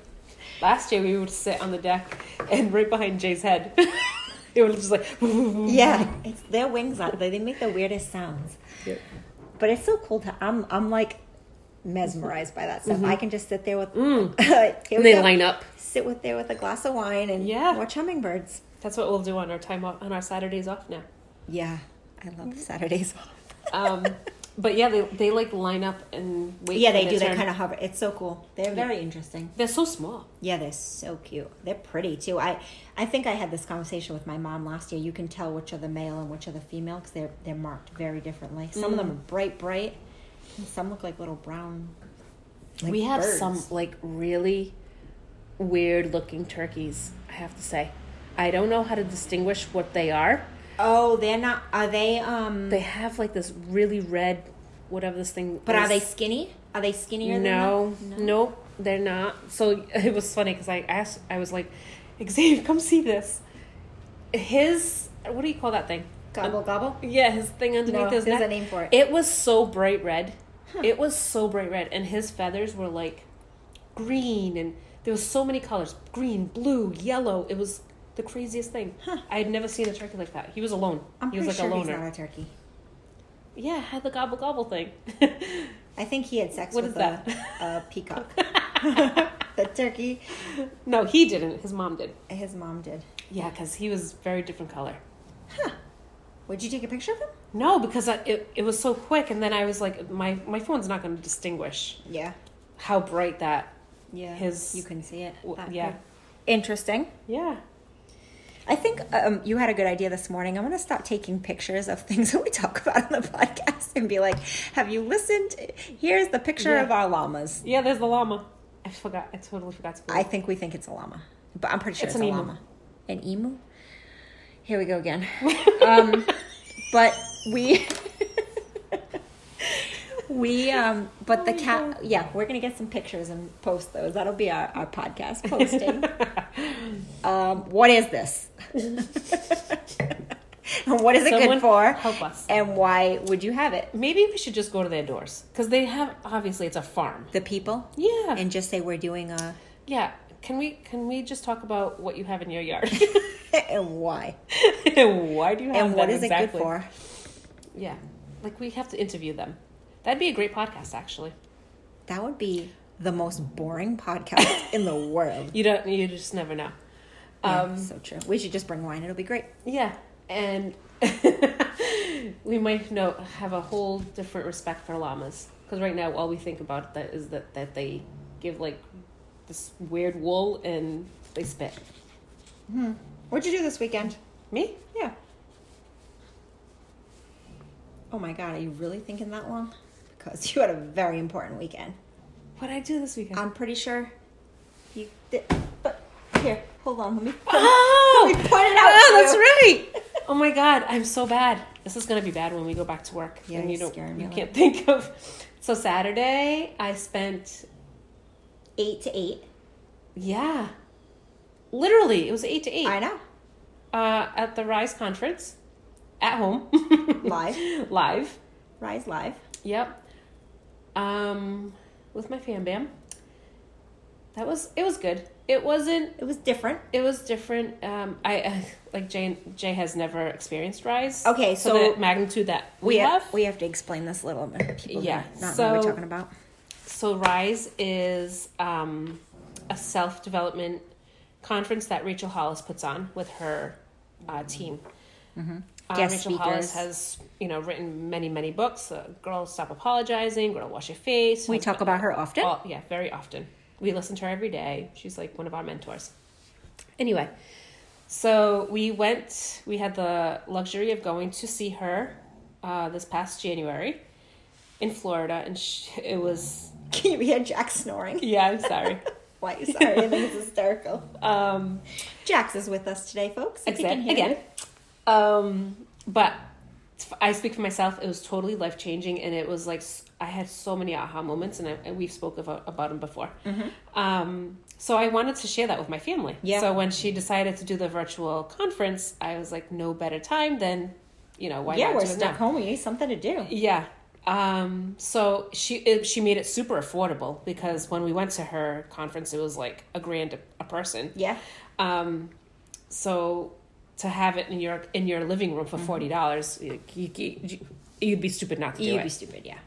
Speaker 2: Last year we would sit on the deck and right behind Jay's head. it was just like
Speaker 1: yeah, it's their wings. Are, they they make the weirdest sounds.
Speaker 2: Yep.
Speaker 1: But it's so cool to I'm I'm like mesmerized by that stuff. I can just sit there with Here
Speaker 2: Mm-hmm. mm, And
Speaker 1: we
Speaker 2: they
Speaker 1: go.
Speaker 2: line up.
Speaker 1: sit with there with a glass of wine and
Speaker 2: Yeah.
Speaker 1: watch hummingbirds.
Speaker 2: That's what we'll do on our time off, on our Saturdays off now.
Speaker 1: Yeah, I love Saturdays off.
Speaker 2: Um, but yeah, they, they like line up and wait.
Speaker 1: yeah,
Speaker 2: for
Speaker 1: they
Speaker 2: their
Speaker 1: do. They
Speaker 2: turn.
Speaker 1: kind of hover. It's so cool. They're very interesting.
Speaker 2: They're so small.
Speaker 1: Yeah, they're so cute. They're pretty too. I I think I had this conversation with my mom last year. You can tell which are the male and which are the female because they're
Speaker 2: Mm.
Speaker 1: they're marked very differently. Some of them are bright, bright, and some look like little brown Like
Speaker 2: we have
Speaker 1: birds.
Speaker 2: some like really weird looking turkeys, I have to say. I don't know how to distinguish what they are.
Speaker 1: Oh, they're not. Are they? Um.
Speaker 2: They have like this really red whatever this thing
Speaker 1: but are they
Speaker 2: is.
Speaker 1: skinny? Are they skinnier than
Speaker 2: no,
Speaker 1: that?
Speaker 2: nope, they're not. So it was funny because I asked, I was like, Xavier, come see this. His, what do you call that thing?
Speaker 1: Gobble gobble.
Speaker 2: Yeah, his thing underneath
Speaker 1: No,
Speaker 2: his
Speaker 1: there's
Speaker 2: neck.
Speaker 1: a name for it.
Speaker 2: It was so bright red. It was so bright red, and his feathers were like green, and there was so many colors: green, blue, yellow. It was the craziest thing. I had never seen a turkey like that. He was alone.
Speaker 1: I'm
Speaker 2: he
Speaker 1: pretty
Speaker 2: was like
Speaker 1: sure
Speaker 2: a loner.
Speaker 1: he's not a turkey.
Speaker 2: Yeah, had the gobble gobble thing.
Speaker 1: I think he had sex
Speaker 2: What
Speaker 1: with
Speaker 2: is that?
Speaker 1: A, a peacock. the turkey.
Speaker 2: no, he didn't. His mom did.
Speaker 1: His mom did.
Speaker 2: Yeah, because he was very different color.
Speaker 1: Would you take a picture of him?
Speaker 2: No, because I, it it was so quick, and then I was like, my my phone's not going to distinguish
Speaker 1: Yeah.
Speaker 2: how bright that.
Speaker 1: Yeah.
Speaker 2: His-
Speaker 1: You can see it.
Speaker 2: w-
Speaker 1: that
Speaker 2: yeah.
Speaker 1: good. Interesting.
Speaker 2: Yeah.
Speaker 1: I think um, you had a good idea this morning. I'm going to stop taking pictures of things that we talk about on the podcast and be like, "Have you listened? Here's the picture
Speaker 2: Yeah.
Speaker 1: of our llamas."
Speaker 2: Yeah, there's the llama. I forgot. I totally forgot to.
Speaker 1: I think we think it's a llama, but I'm pretty sure
Speaker 2: It's
Speaker 1: it's,
Speaker 2: an
Speaker 1: a
Speaker 2: emu.
Speaker 1: llama. An emu. Here we go again. um, but we. We um but the cat yeah, we're gonna get some pictures and post those. That'll be our, our podcast posting. um what is this? and what is it
Speaker 2: Someone
Speaker 1: good for?
Speaker 2: help us.
Speaker 1: And why would you have it?
Speaker 2: Maybe we should just go to their doors because they have obviously it's a farm.
Speaker 1: The people?
Speaker 2: Yeah.
Speaker 1: And just say we're doing a
Speaker 2: yeah. Can we can we just talk about what you have in your yard?
Speaker 1: and why?
Speaker 2: Why do you have
Speaker 1: And
Speaker 2: that
Speaker 1: what is
Speaker 2: exactly?
Speaker 1: it good for?
Speaker 2: Yeah. Like we have to interview them. That'd be a great podcast actually.
Speaker 1: That would be the most boring podcast in the world.
Speaker 2: You don't you just never know. Um,
Speaker 1: yeah, so true. We should just bring wine. It'll be great.
Speaker 2: Yeah. And we might know have a whole different respect for llamas because right now all we think about that is that that they give like this weird wool and they spit.
Speaker 1: hmm. What'd you do this weekend?
Speaker 2: Me?
Speaker 1: Yeah. Oh my god, are you really thinking that long? Because you had a very important weekend.
Speaker 2: What I do this weekend?
Speaker 1: I'm pretty sure you did. But here, hold on. Let me.
Speaker 2: oh,
Speaker 1: we pointed out
Speaker 2: Oh,
Speaker 1: to
Speaker 2: that's
Speaker 1: you.
Speaker 2: right. Oh my god, I'm so bad. This is gonna be bad when we go back to work.
Speaker 1: Yeah,
Speaker 2: and you
Speaker 1: you're
Speaker 2: don't.
Speaker 1: scaring me
Speaker 2: You
Speaker 1: a
Speaker 2: can't think of. So Saturday, I spent.
Speaker 1: Eight to eight.
Speaker 2: Yeah. Literally, it was eight to eight.
Speaker 1: I know.
Speaker 2: uh, at the Rise conference at home.
Speaker 1: Live.
Speaker 2: Live.
Speaker 1: Rise live.
Speaker 2: Yep. Um, with my fan bam. That was it was good. It wasn't
Speaker 1: It was different.
Speaker 2: it was different. Um I uh, like Jay Jay has never experienced Rise.
Speaker 1: Okay, so-
Speaker 2: the magnitude that we, have.
Speaker 1: we have to explain this a little bit. People
Speaker 2: Yeah,
Speaker 1: might Not know what
Speaker 2: so-
Speaker 1: we're talking about.
Speaker 2: So Rise is um a self-development conference that Rachel Hollis puts on with her uh, team. Uh,
Speaker 1: Mm-hmm. Guest
Speaker 2: Rachel Hollis
Speaker 1: speakers.
Speaker 2: has, you know, written many, many books. Uh, Girl, stop apologizing. Girl, wash your face.
Speaker 1: We talk about her often.
Speaker 2: All- yeah, very often. We listen to her every day. She's like one of our mentors. Anyway, so we went. We had the luxury of going to see her uh, this past January in Florida, and she, it was.
Speaker 1: Can you hear Jack snoring?
Speaker 2: Yeah, I'm sorry.
Speaker 1: Why? Sorry, I think it's hysterical.
Speaker 2: um,
Speaker 1: Jax is with us today, folks. if you can
Speaker 2: Exact-
Speaker 1: hear
Speaker 2: again.
Speaker 1: him.
Speaker 2: Um, but I speak for myself. It was totally life changing, and it was like s- I had so many aha moments, and, I, and we've spoke about about them before. Um, so I wanted to share that with my family.
Speaker 1: Mm-hmm. Yeah.
Speaker 2: So when she decided to do the virtual conference, I was like, no better time than, you know, why
Speaker 1: Yeah,
Speaker 2: not
Speaker 1: we're
Speaker 2: do it
Speaker 1: stuck
Speaker 2: now?
Speaker 1: home. We need something to do.
Speaker 2: Yeah. Um, so she it, she made it super affordable because when we went to her conference, it was like a grand a, a person.
Speaker 1: Yeah.
Speaker 2: Um, so to have it in your in your living room for forty dollars, you, you, would be stupid not to do
Speaker 1: Mm-hmm. You'd
Speaker 2: it.
Speaker 1: be stupid, yeah.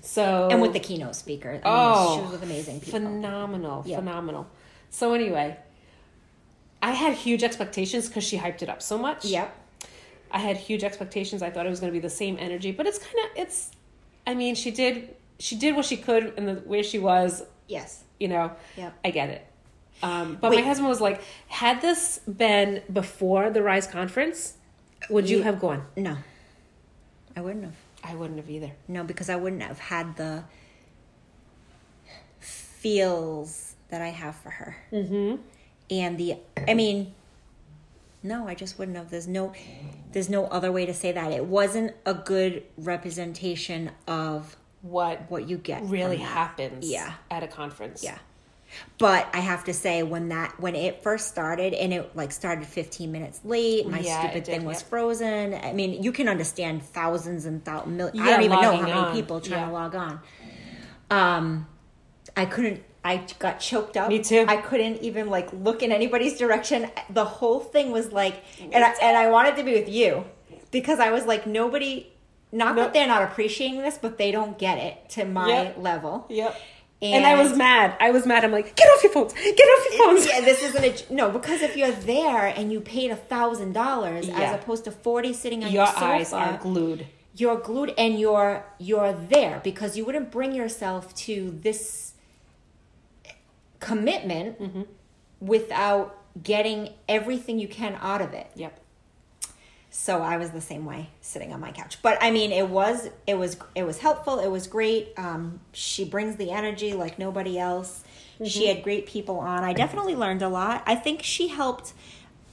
Speaker 2: so
Speaker 1: And with the keynote speaker. I mean,
Speaker 2: Oh,
Speaker 1: she was with amazing people.
Speaker 2: phenomenal,
Speaker 1: Yeah.
Speaker 2: phenomenal. So anyway, I had huge expectations because she hyped it up so much.
Speaker 1: Yep.
Speaker 2: I had huge expectations. I thought it was going to be the same energy, but it's kind of it's. I mean, she did she did what she could and the where she was.
Speaker 1: Yes.
Speaker 2: You know,
Speaker 1: Yep.
Speaker 2: I get it. Um, but my
Speaker 1: Wait.
Speaker 2: husband was like, had this been before the Rise conference, would you
Speaker 1: Ye-
Speaker 2: have gone?
Speaker 1: No. I wouldn't have.
Speaker 2: I wouldn't have either.
Speaker 1: No, because I wouldn't have had the feels that I have for her.
Speaker 2: Mm-hmm.
Speaker 1: and the i mean no i just wouldn't have there's no there's no other way to say that it wasn't a good representation of
Speaker 2: What
Speaker 1: what you get from
Speaker 2: really
Speaker 1: that.
Speaker 2: happens
Speaker 1: Yeah.
Speaker 2: at a conference.
Speaker 1: yeah but i have to say when that when it first started and it like started 15 minutes late my
Speaker 2: Yeah, it
Speaker 1: stupid
Speaker 2: did,
Speaker 1: thing was
Speaker 2: yeah.
Speaker 1: frozen i mean you can understand thousands and thousands i
Speaker 2: Yeah,
Speaker 1: don't even know how
Speaker 2: logging
Speaker 1: many
Speaker 2: on.
Speaker 1: people trying
Speaker 2: Yeah.
Speaker 1: to log on um i couldn't i got choked up
Speaker 2: Me too.
Speaker 1: i couldn't even like look in anybody's direction the whole thing was like and i and i wanted to be with you because i was like nobody not
Speaker 2: No.
Speaker 1: that they're not appreciating this but they don't get it to my
Speaker 2: Yep.
Speaker 1: level
Speaker 2: Yep. And, I was
Speaker 1: And-
Speaker 2: mad. I was mad. I'm like, get off your phones. Get off your phones.
Speaker 1: yeah, this isn't a no because if you're there and you paid a thousand dollars as
Speaker 2: Yeah.
Speaker 1: opposed to forty sitting on your,
Speaker 2: Your
Speaker 1: sofa,
Speaker 2: eyes are glued.
Speaker 1: you're glued and you're you're there because you wouldn't bring yourself to this commitment
Speaker 2: Mm-hmm.
Speaker 1: without getting everything you can out of it.
Speaker 2: Yep.
Speaker 1: So I was the same way sitting on my couch. But I mean, it was it was it was helpful. It was great. Um, she brings the energy like nobody else. She
Speaker 2: Mm-hmm.
Speaker 1: had great people on. I definitely learned a lot. I think she helped.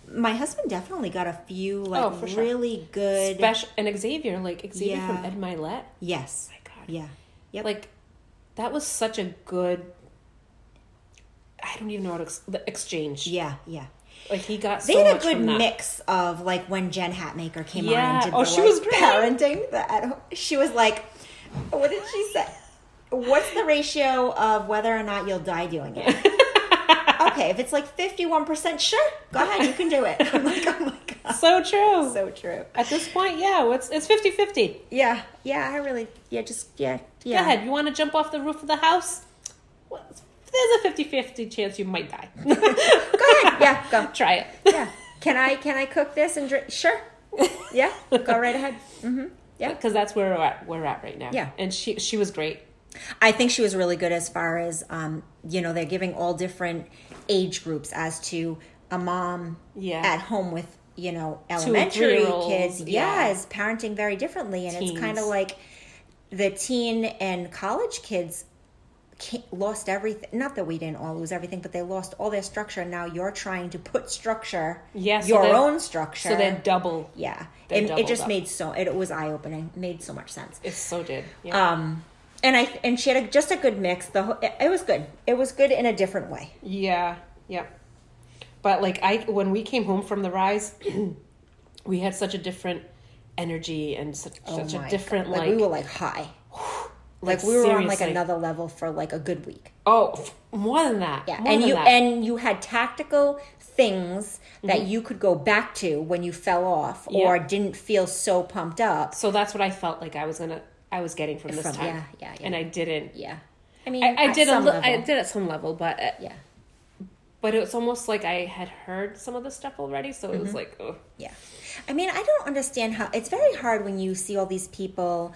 Speaker 1: My husband definitely got a few like
Speaker 2: Oh, for sure.
Speaker 1: really good.
Speaker 2: Special and Xavier, like Xavier
Speaker 1: Yeah.
Speaker 2: from Ed Milet.
Speaker 1: yes.
Speaker 2: My God.
Speaker 1: Yeah. Yep.
Speaker 2: Like, that was such a good. I don't even know how to ex- the exchange.
Speaker 1: yeah. Yeah.
Speaker 2: Like he got so
Speaker 1: They had a
Speaker 2: much
Speaker 1: good
Speaker 2: from that.
Speaker 1: mix of like when Jen Hatmaker came on and
Speaker 2: Yeah.
Speaker 1: did
Speaker 2: Oh,
Speaker 1: the,
Speaker 2: she
Speaker 1: like,
Speaker 2: was great.
Speaker 1: parenting. The at home. She was like, what did she say? What's the ratio of whether or not you'll die doing it? okay, if it's like 51%, sure, go ahead, you can do it. I'm like, oh my God.
Speaker 2: So true.
Speaker 1: So true.
Speaker 2: At this point, yeah, what's it's 50-50.
Speaker 1: Yeah, yeah, I really, yeah, just, yeah, yeah.
Speaker 2: Go ahead. You want to jump off the roof of the house? Well, there's a 50-50 chance you might die. go ahead.
Speaker 1: Yeah, go.
Speaker 2: Try it.
Speaker 1: Yeah. Can I, can I cook this and drink? Sure. Yeah, go right ahead. Yeah.
Speaker 2: Because that's where we're at, we're at right now.
Speaker 1: Yeah.
Speaker 2: And she she was great.
Speaker 1: I think she was really good as far as um, you know they're giving all different age groups as to a mom
Speaker 2: Yeah.
Speaker 1: at home with you know elementary
Speaker 2: three-year-olds,
Speaker 1: kids
Speaker 2: yeah.
Speaker 1: yes parenting very differently and it's
Speaker 2: Teens.
Speaker 1: kind of like the teen and college kids ca- lost everything not that we didn't all lose everything but they lost all their structure and now you're trying to put structure
Speaker 2: Yeah, so
Speaker 1: your
Speaker 2: they're-
Speaker 1: own structure
Speaker 2: So they're double.
Speaker 1: yeah
Speaker 2: they're
Speaker 1: and it
Speaker 2: doubled
Speaker 1: just
Speaker 2: up.
Speaker 1: made so it, was eye-opening made so much sense
Speaker 2: It so did. Yeah.
Speaker 1: um and i and she had a, just a good mix the whole, it, it was good it was good in a different way
Speaker 2: yeah. Yeah. But like I when we came home from the rise, we had such a different energy and such, such
Speaker 1: Oh my
Speaker 2: a different
Speaker 1: God.
Speaker 2: like,
Speaker 1: we were like high like,
Speaker 2: like,
Speaker 1: we were on like
Speaker 2: seriously.
Speaker 1: another level for like a good week
Speaker 2: Oh, f- more than that.
Speaker 1: yeah
Speaker 2: More
Speaker 1: and
Speaker 2: than
Speaker 1: you
Speaker 2: that.
Speaker 1: and you had tactical things that you could go back to when you fell off or
Speaker 2: Mm-hmm. Yeah.
Speaker 1: didn't feel so pumped up
Speaker 2: so that's what I felt like I was gonna I was getting from this
Speaker 1: From-
Speaker 2: time.
Speaker 1: yeah, yeah, yeah.
Speaker 2: And I didn't.
Speaker 1: yeah i mean
Speaker 2: I, I
Speaker 1: at
Speaker 2: did a
Speaker 1: some
Speaker 2: li- I
Speaker 1: level.
Speaker 2: did at some level, but uh,
Speaker 1: yeah
Speaker 2: but it was almost like I had heard some of the stuff already, so it
Speaker 1: Mm-hmm.
Speaker 2: was like, oh,
Speaker 1: Yeah. I mean, I don't understand how it's very hard when you see all these people,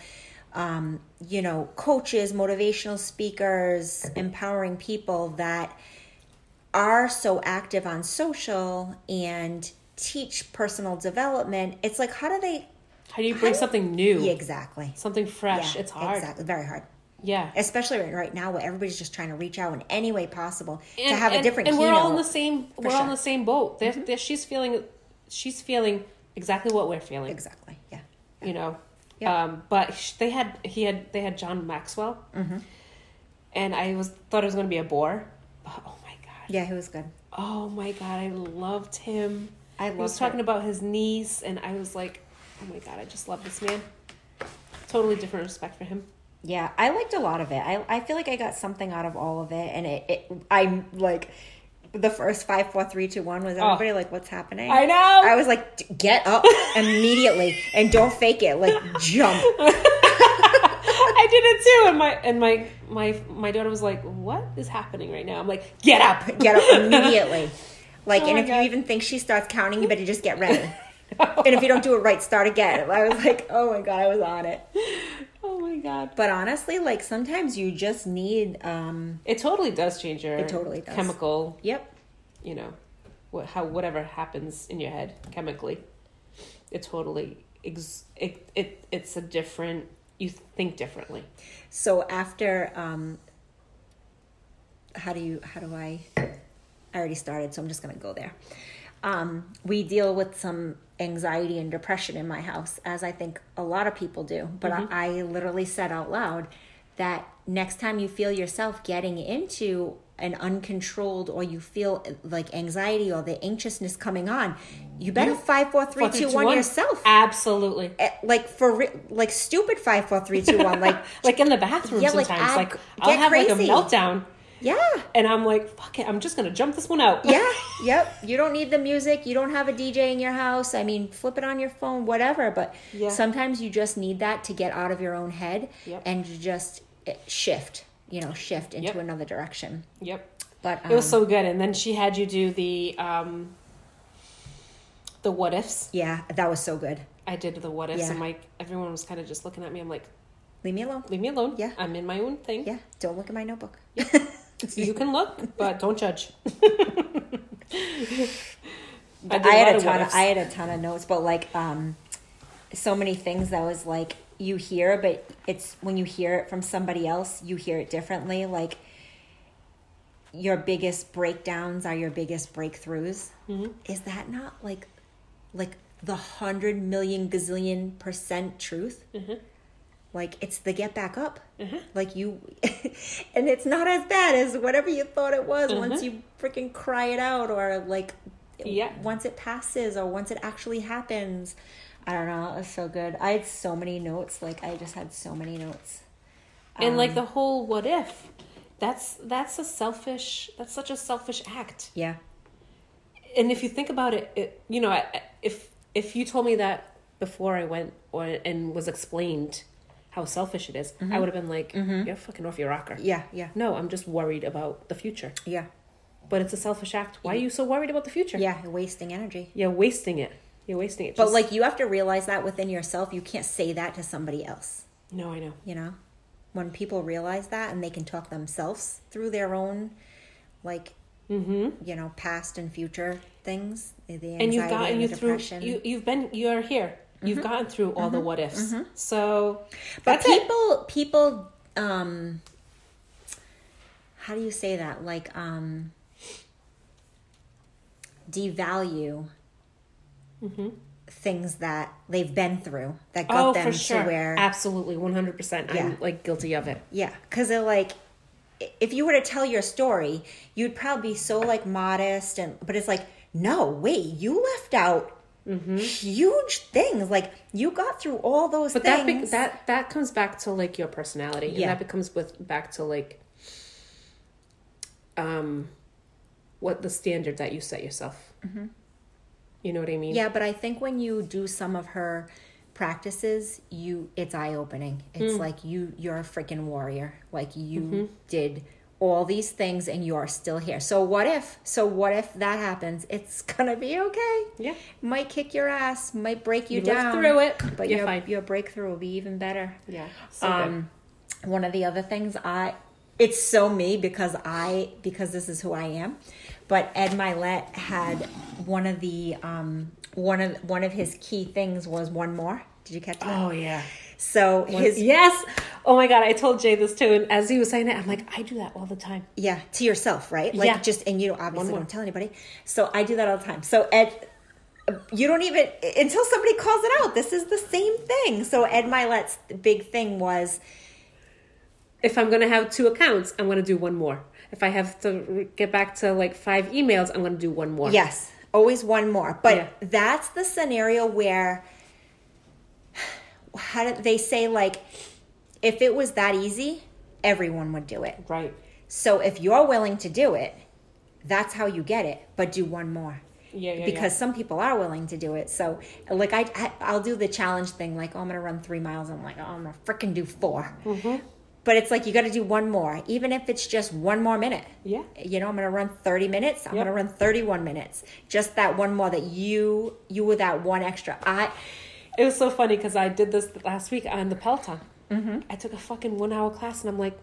Speaker 1: um, you know, coaches, motivational speakers, empowering people that are so active on social and teach personal development. It's like, how do they?
Speaker 2: how do you bring
Speaker 1: How-
Speaker 2: something new,
Speaker 1: Yeah, exactly.
Speaker 2: something fresh?
Speaker 1: Yeah,
Speaker 2: it's hard.
Speaker 1: Exactly. Very hard.
Speaker 2: Yeah.
Speaker 1: Especially right- right now, where everybody's just trying to reach out in any way possible to
Speaker 2: And-
Speaker 1: have
Speaker 2: and,
Speaker 1: a different.
Speaker 2: and we're all in the
Speaker 1: keynote.
Speaker 2: same we're all in
Speaker 1: sure. Mm-hmm.
Speaker 2: the same boat. There, there, she's feeling she's feeling exactly what we're feeling.
Speaker 1: Exactly. Yeah.
Speaker 2: you know.
Speaker 1: Yeah.
Speaker 2: Um, but sh- they had he had they had John Maxwell,
Speaker 1: Mm-hmm.
Speaker 2: and I was thought it was going to be a bore. But, oh my god!
Speaker 1: Yeah. It was good.
Speaker 2: Oh my god! I loved him.
Speaker 1: I
Speaker 2: He was
Speaker 1: loved
Speaker 2: talking
Speaker 1: her.
Speaker 2: about his niece, and I was like, oh my god! I just love this man. Totally different respect for him.
Speaker 1: Yeah, I liked a lot of it. I, I feel like I got something out of all of it, and it, it I'm like the first five, four, three, two, one was everybody like, "What's happening?"
Speaker 2: Oh. I know.
Speaker 1: I was like, "D- "Get up immediately and don't fake it. Like jump."
Speaker 2: I did it too, and my and my my my daughter was like, "What is happening right now?" I'm like, "Get up,
Speaker 1: Get up immediately. Like,
Speaker 2: Oh
Speaker 1: and
Speaker 2: my
Speaker 1: if you
Speaker 2: God.
Speaker 1: even think she starts counting, you better just get ready. and if you don't do it right, start again. I was like, "Oh my god, I was on it."
Speaker 2: oh my god!
Speaker 1: But honestly, like sometimes you just need. um
Speaker 2: It totally does change your
Speaker 1: It totally does.
Speaker 2: chemical
Speaker 1: Yep.
Speaker 2: you know, what, how whatever happens in your head chemically, it totally ex- it, it it's a different. You think differently.
Speaker 1: So after um how do you how do I I already started, so I'm just gonna go there. Um, we deal with some anxiety and depression in my house, as I think a lot of people do. But I, I literally said out loud that next time you feel yourself getting into an uncontrolled or you feel like anxiety or the anxiousness coming on, you better five, Mm-hmm. four, three, two, one yourself.
Speaker 2: Absolutely.
Speaker 1: Eh, Like for re- like stupid five, four, three, two, one. Like
Speaker 2: Like in the bathroom
Speaker 1: Yeah, like,
Speaker 2: sometimes. Like,
Speaker 1: act-
Speaker 2: I'll
Speaker 1: get
Speaker 2: have like
Speaker 1: crazy.
Speaker 2: a meltdown
Speaker 1: yeah.
Speaker 2: and I'm like, fuck it, I'm just gonna jump this one out.
Speaker 1: yeah yep you don't need the music you don't have a dj in your house i mean flip it on your phone whatever but
Speaker 2: Yeah.
Speaker 1: sometimes you just need that to get out of your own head
Speaker 2: Yep.
Speaker 1: and you just eh, shift you know shift into
Speaker 2: Yep.
Speaker 1: another direction
Speaker 2: Yep.
Speaker 1: but um,
Speaker 2: It was so good. And then she had you do the um the what ifs.
Speaker 1: yeah that was so good
Speaker 2: I did the what ifs
Speaker 1: Yeah.
Speaker 2: and like everyone was kind of just looking at me. I'm like,
Speaker 1: leave me alone
Speaker 2: leave me alone.
Speaker 1: Yeah.
Speaker 2: I'm in my own thing.
Speaker 1: yeah don't look at my notebook
Speaker 2: You can look, but don't judge.
Speaker 1: I,
Speaker 2: did a lot
Speaker 1: had a
Speaker 2: of what
Speaker 1: ton. Of,
Speaker 2: ifs.
Speaker 1: I had a ton of notes, but like, um, so many things that was like you hear, but it's when you hear it from somebody else, you hear it differently. Like, your biggest breakdowns are your biggest breakthroughs. Is that not like, like the hundred million gazillion percent truth? Like it's the get back up. Like you, and it's not as bad as whatever you thought it was once you freaking cry it out or like,
Speaker 2: Yeah.
Speaker 1: once it passes or once it actually happens. I don't know. It was so good. I had so many notes. Like I just had so many notes.
Speaker 2: and
Speaker 1: um,
Speaker 2: like the whole what if that's that's a selfish that's such a selfish act
Speaker 1: Yeah.
Speaker 2: and if you think about it, it you know I- I- if if you told me that before i went or and was explained how selfish it is,
Speaker 1: Mm-hmm.
Speaker 2: i would have been like you're fucking off your rocker
Speaker 1: Yeah. Yeah.
Speaker 2: no i'm just worried about the future
Speaker 1: Yeah.
Speaker 2: but it's a selfish act why are you so worried about the future
Speaker 1: Yeah. You're wasting energy.
Speaker 2: you're wasting it you're wasting it
Speaker 1: But
Speaker 2: Just-
Speaker 1: like you have to realize that within yourself. You can't say that to somebody else.
Speaker 2: no i know
Speaker 1: you know when people realize that and they can talk themselves through their own like you know past and future things the anxiety
Speaker 2: Mm-hmm. and
Speaker 1: and,
Speaker 2: you've gotten you through
Speaker 1: depression Mm-hmm.
Speaker 2: you, you've been you're here you've gotten through all the what ifs so
Speaker 1: but
Speaker 2: that's it.
Speaker 1: people people um how do you say that like um devalue
Speaker 2: Mm-hmm.
Speaker 1: things that they've been through that got them to where
Speaker 2: oh, Absolutely, one hundred percent.
Speaker 1: Yeah.
Speaker 2: I'm like guilty of it.
Speaker 1: Yeah, because they're like, i- if you were to tell your story, you'd probably be so like modest and, but it's like, no, wait, you left out
Speaker 2: Mm-hmm.
Speaker 1: huge things. Like you got through all those
Speaker 2: But that be-
Speaker 1: things.
Speaker 2: that that comes back to like your personality,
Speaker 1: Yeah.
Speaker 2: and that becomes with back to like, um, what the standard that you set yourself. You know what I mean?
Speaker 1: Mm-hmm. yeah, but I think when you do some of her practices, you it's eye opening. It's
Speaker 2: Mm.
Speaker 1: like you you're a freaking warrior. Like you
Speaker 2: Mm-hmm.
Speaker 1: did all these things and you're still here. So what if? So what if that happens? It's gonna be okay.
Speaker 2: yeah.
Speaker 1: might kick your ass, might break you,
Speaker 2: You
Speaker 1: down.
Speaker 2: lived through it,
Speaker 1: but
Speaker 2: you're
Speaker 1: your
Speaker 2: fine.
Speaker 1: your breakthrough will be even better.
Speaker 2: Yeah. So
Speaker 1: Um, one of the other things I, it's so me because I because this is who I am, but Ed Milet had one of the um one of one of his key things was one more. Did you catch
Speaker 2: good.
Speaker 1: that?
Speaker 2: oh yeah.
Speaker 1: So his
Speaker 2: yes. Oh my god, I told Jay this too, and as he was saying it, I'm like, I do that all the time.
Speaker 1: Yeah, to yourself, right? Like
Speaker 2: Yeah.
Speaker 1: just and you don't obviously
Speaker 2: more.
Speaker 1: don't tell anybody. So I do that all the time. So Ed you don't even until somebody calls it out. This is the same thing. So Ed Milet's big thing was
Speaker 2: if I'm going to have two accounts, I'm going to do one more. If I have to re- get back to like five emails, I'm going to do one more.
Speaker 1: yes, always one more. But
Speaker 2: Yeah.
Speaker 1: that's the scenario where how did they say like if it was that easy, everyone would do it.
Speaker 2: Right.
Speaker 1: So if you're willing to do it, that's how you get it. But do one more.
Speaker 2: Yeah, yeah, yeah.
Speaker 1: because some people are willing to do it. So, like, I, I I'll do the challenge thing. Like, oh, I'm gonna run three miles. I'm like, oh, I'm gonna freaking do 4
Speaker 2: Mm-hmm.
Speaker 1: But it's like you got to do one more, even if it's just one more minute.
Speaker 2: Yeah.
Speaker 1: You know, I'm gonna run 30 minutes. I'm
Speaker 2: Yep.
Speaker 1: gonna run 31 minutes. Just that one more that you you were that one extra. I
Speaker 2: It was so funny because I did this last week on the Peloton. Mm-hmm. I took a fucking one hour class and I'm like,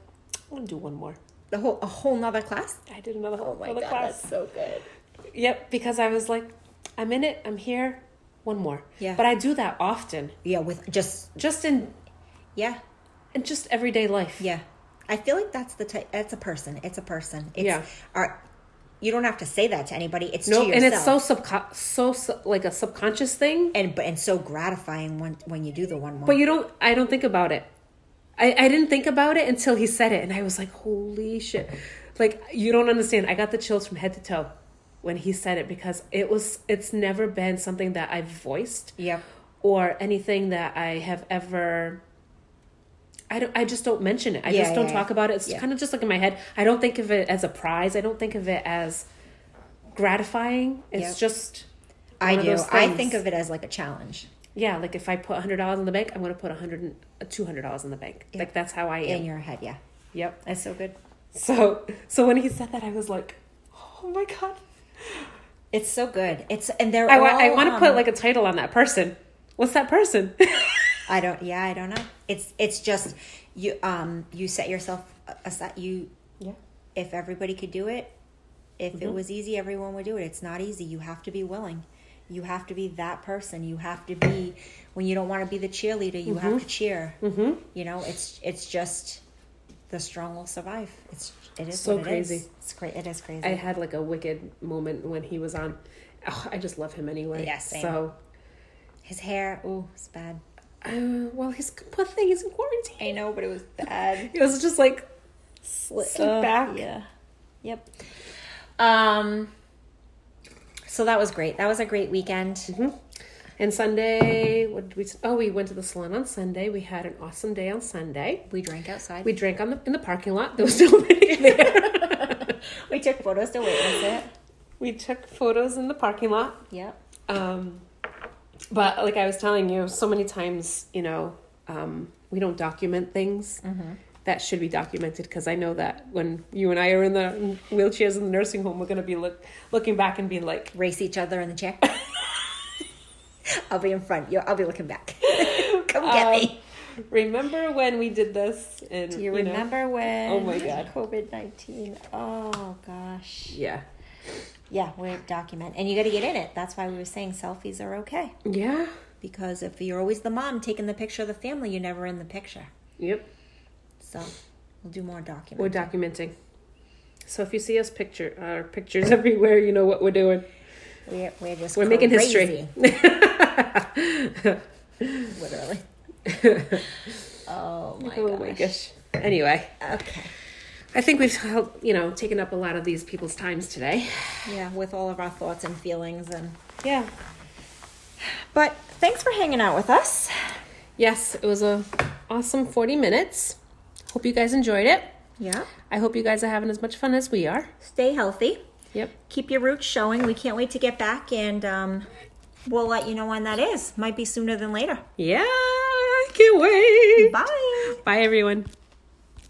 Speaker 2: I'm going to do one more.
Speaker 1: the whole a whole nother class.
Speaker 2: I did another whole
Speaker 1: Oh my
Speaker 2: other
Speaker 1: god,
Speaker 2: class.
Speaker 1: that's so good.
Speaker 2: Yep. Because I was like, I'm in it. I'm here. One more.
Speaker 1: Yeah.
Speaker 2: But I do that often,
Speaker 1: Yeah, with just
Speaker 2: just in,
Speaker 1: yeah
Speaker 2: in just everyday life.
Speaker 1: yeah. I feel like that's the type. That's a person. It's a person. It's,
Speaker 2: Yeah.
Speaker 1: Our, you don't have to say that to anybody. It's
Speaker 2: No,
Speaker 1: to yourself.
Speaker 2: and it's so subco- so su- like a subconscious thing.
Speaker 1: and but and so gratifying when when you do the one more.
Speaker 2: But you don't. I don't think about it. I, I didn't think about it until he said it, and I was like, "Holy shit!" Like you don't understand. I got the chills from head to toe when he said it because it was. It's never been something that I've voiced
Speaker 1: yep.
Speaker 2: or anything that I have ever. I don't. I just don't mention it. I
Speaker 1: Yeah,
Speaker 2: just don't
Speaker 1: yeah,
Speaker 2: talk
Speaker 1: yeah.
Speaker 2: about it. It's
Speaker 1: Yeah.
Speaker 2: kind of just like in my head. I don't think of it as a prize. I don't think of it as gratifying. It's
Speaker 1: Yep.
Speaker 2: just.
Speaker 1: I
Speaker 2: one of
Speaker 1: do.
Speaker 2: those
Speaker 1: I
Speaker 2: things.
Speaker 1: think of it as like a challenge.
Speaker 2: Yeah, like if I put hundred dollars in the bank, I'm gonna put a hundred uh, two hundred dollars in the bank. Like that's how I
Speaker 1: in
Speaker 2: am.
Speaker 1: your head. Yeah,
Speaker 2: Yep.
Speaker 1: that's so good.
Speaker 2: So so when he said that, I was like, oh my god.
Speaker 1: It's so good. It's and they're.
Speaker 2: I, wa-
Speaker 1: all,
Speaker 2: I want to
Speaker 1: um,
Speaker 2: put like a title on that person. What's that person?
Speaker 1: I don't. Yeah, I don't know. It's it's just you. Um, you set yourself aside. You
Speaker 2: yeah.
Speaker 1: if everybody could do it, if it was easy, everyone would do it. It's not easy. You have to be willing. You have to be that person. You have to be when you don't want to be the cheerleader, you have to cheer. Mm-hmm. You know, it's it's just the strong will survive. It's it is
Speaker 2: So
Speaker 1: what it is.
Speaker 2: crazy.
Speaker 1: It's cra- it is crazy.
Speaker 2: I had like a wicked moment when he was on. Oh, I just love him anyway.
Speaker 1: Yeah, same.
Speaker 2: So,
Speaker 1: His hair, ooh, it's bad.
Speaker 2: uh, well, his poor thing is in quarantine.
Speaker 1: I know, but it was bad.
Speaker 2: It was just like
Speaker 1: Sli-
Speaker 2: Slip back.
Speaker 1: Yeah. Yep. Um. So that was great. That was a great weekend.
Speaker 2: And Sunday, what did we? Oh, we went to the salon on Sunday. We had an awesome day on Sunday.
Speaker 1: We drank outside.
Speaker 2: We drank on the in the parking lot. There was nobody there.
Speaker 1: we took photos to witness it.
Speaker 2: we took photos in the parking lot.
Speaker 1: Yep.
Speaker 2: Um, but like I was telling you, so many times, you know, um, we don't document things
Speaker 1: Mm-hmm.
Speaker 2: that should be documented because I know that when you and I are in the wheelchairs in the nursing home, we're gonna be look, looking back and being like,
Speaker 1: race each other in the chair. I'll be in front. You, I'll be looking back. Come get me.
Speaker 2: um, "Remember when we did this?" And
Speaker 1: Um, Do you
Speaker 2: know,
Speaker 1: remember when?
Speaker 2: Oh my God.
Speaker 1: COVID nineteen. Oh gosh.
Speaker 2: yeah,
Speaker 1: Yeah, we document, and you got to get in it. That's why we were saying selfies are okay
Speaker 2: yeah,
Speaker 1: because if you're always the mom taking the picture of the family, you're never in the picture.
Speaker 2: yep.
Speaker 1: So we'll do more
Speaker 2: We're
Speaker 1: document.
Speaker 2: documenting. So if you see us picture our pictures everywhere, you know what we're doing.
Speaker 1: We're, we're just
Speaker 2: We're making
Speaker 1: crazy,
Speaker 2: history.
Speaker 1: literally. oh my
Speaker 2: oh
Speaker 1: gosh.
Speaker 2: my gosh. Anyway,
Speaker 1: Okay.
Speaker 2: I think we've helped, you know taken up a lot of these people's times today.
Speaker 1: Yeah, with all of our thoughts and feelings and.
Speaker 2: Yeah.
Speaker 1: But thanks for hanging out with us.
Speaker 2: Yes, it was a awesome 40 minutes. Hope you guys enjoyed it.
Speaker 1: Yeah.
Speaker 2: I hope you guys are having as much fun as we are.
Speaker 1: Stay healthy.
Speaker 2: Yep.
Speaker 1: Keep your roots showing. We can't wait to get back, and um, we'll let you know when that is. Might be sooner than later.
Speaker 2: Yeah. I Can't wait.
Speaker 1: Bye.
Speaker 2: Bye everyone.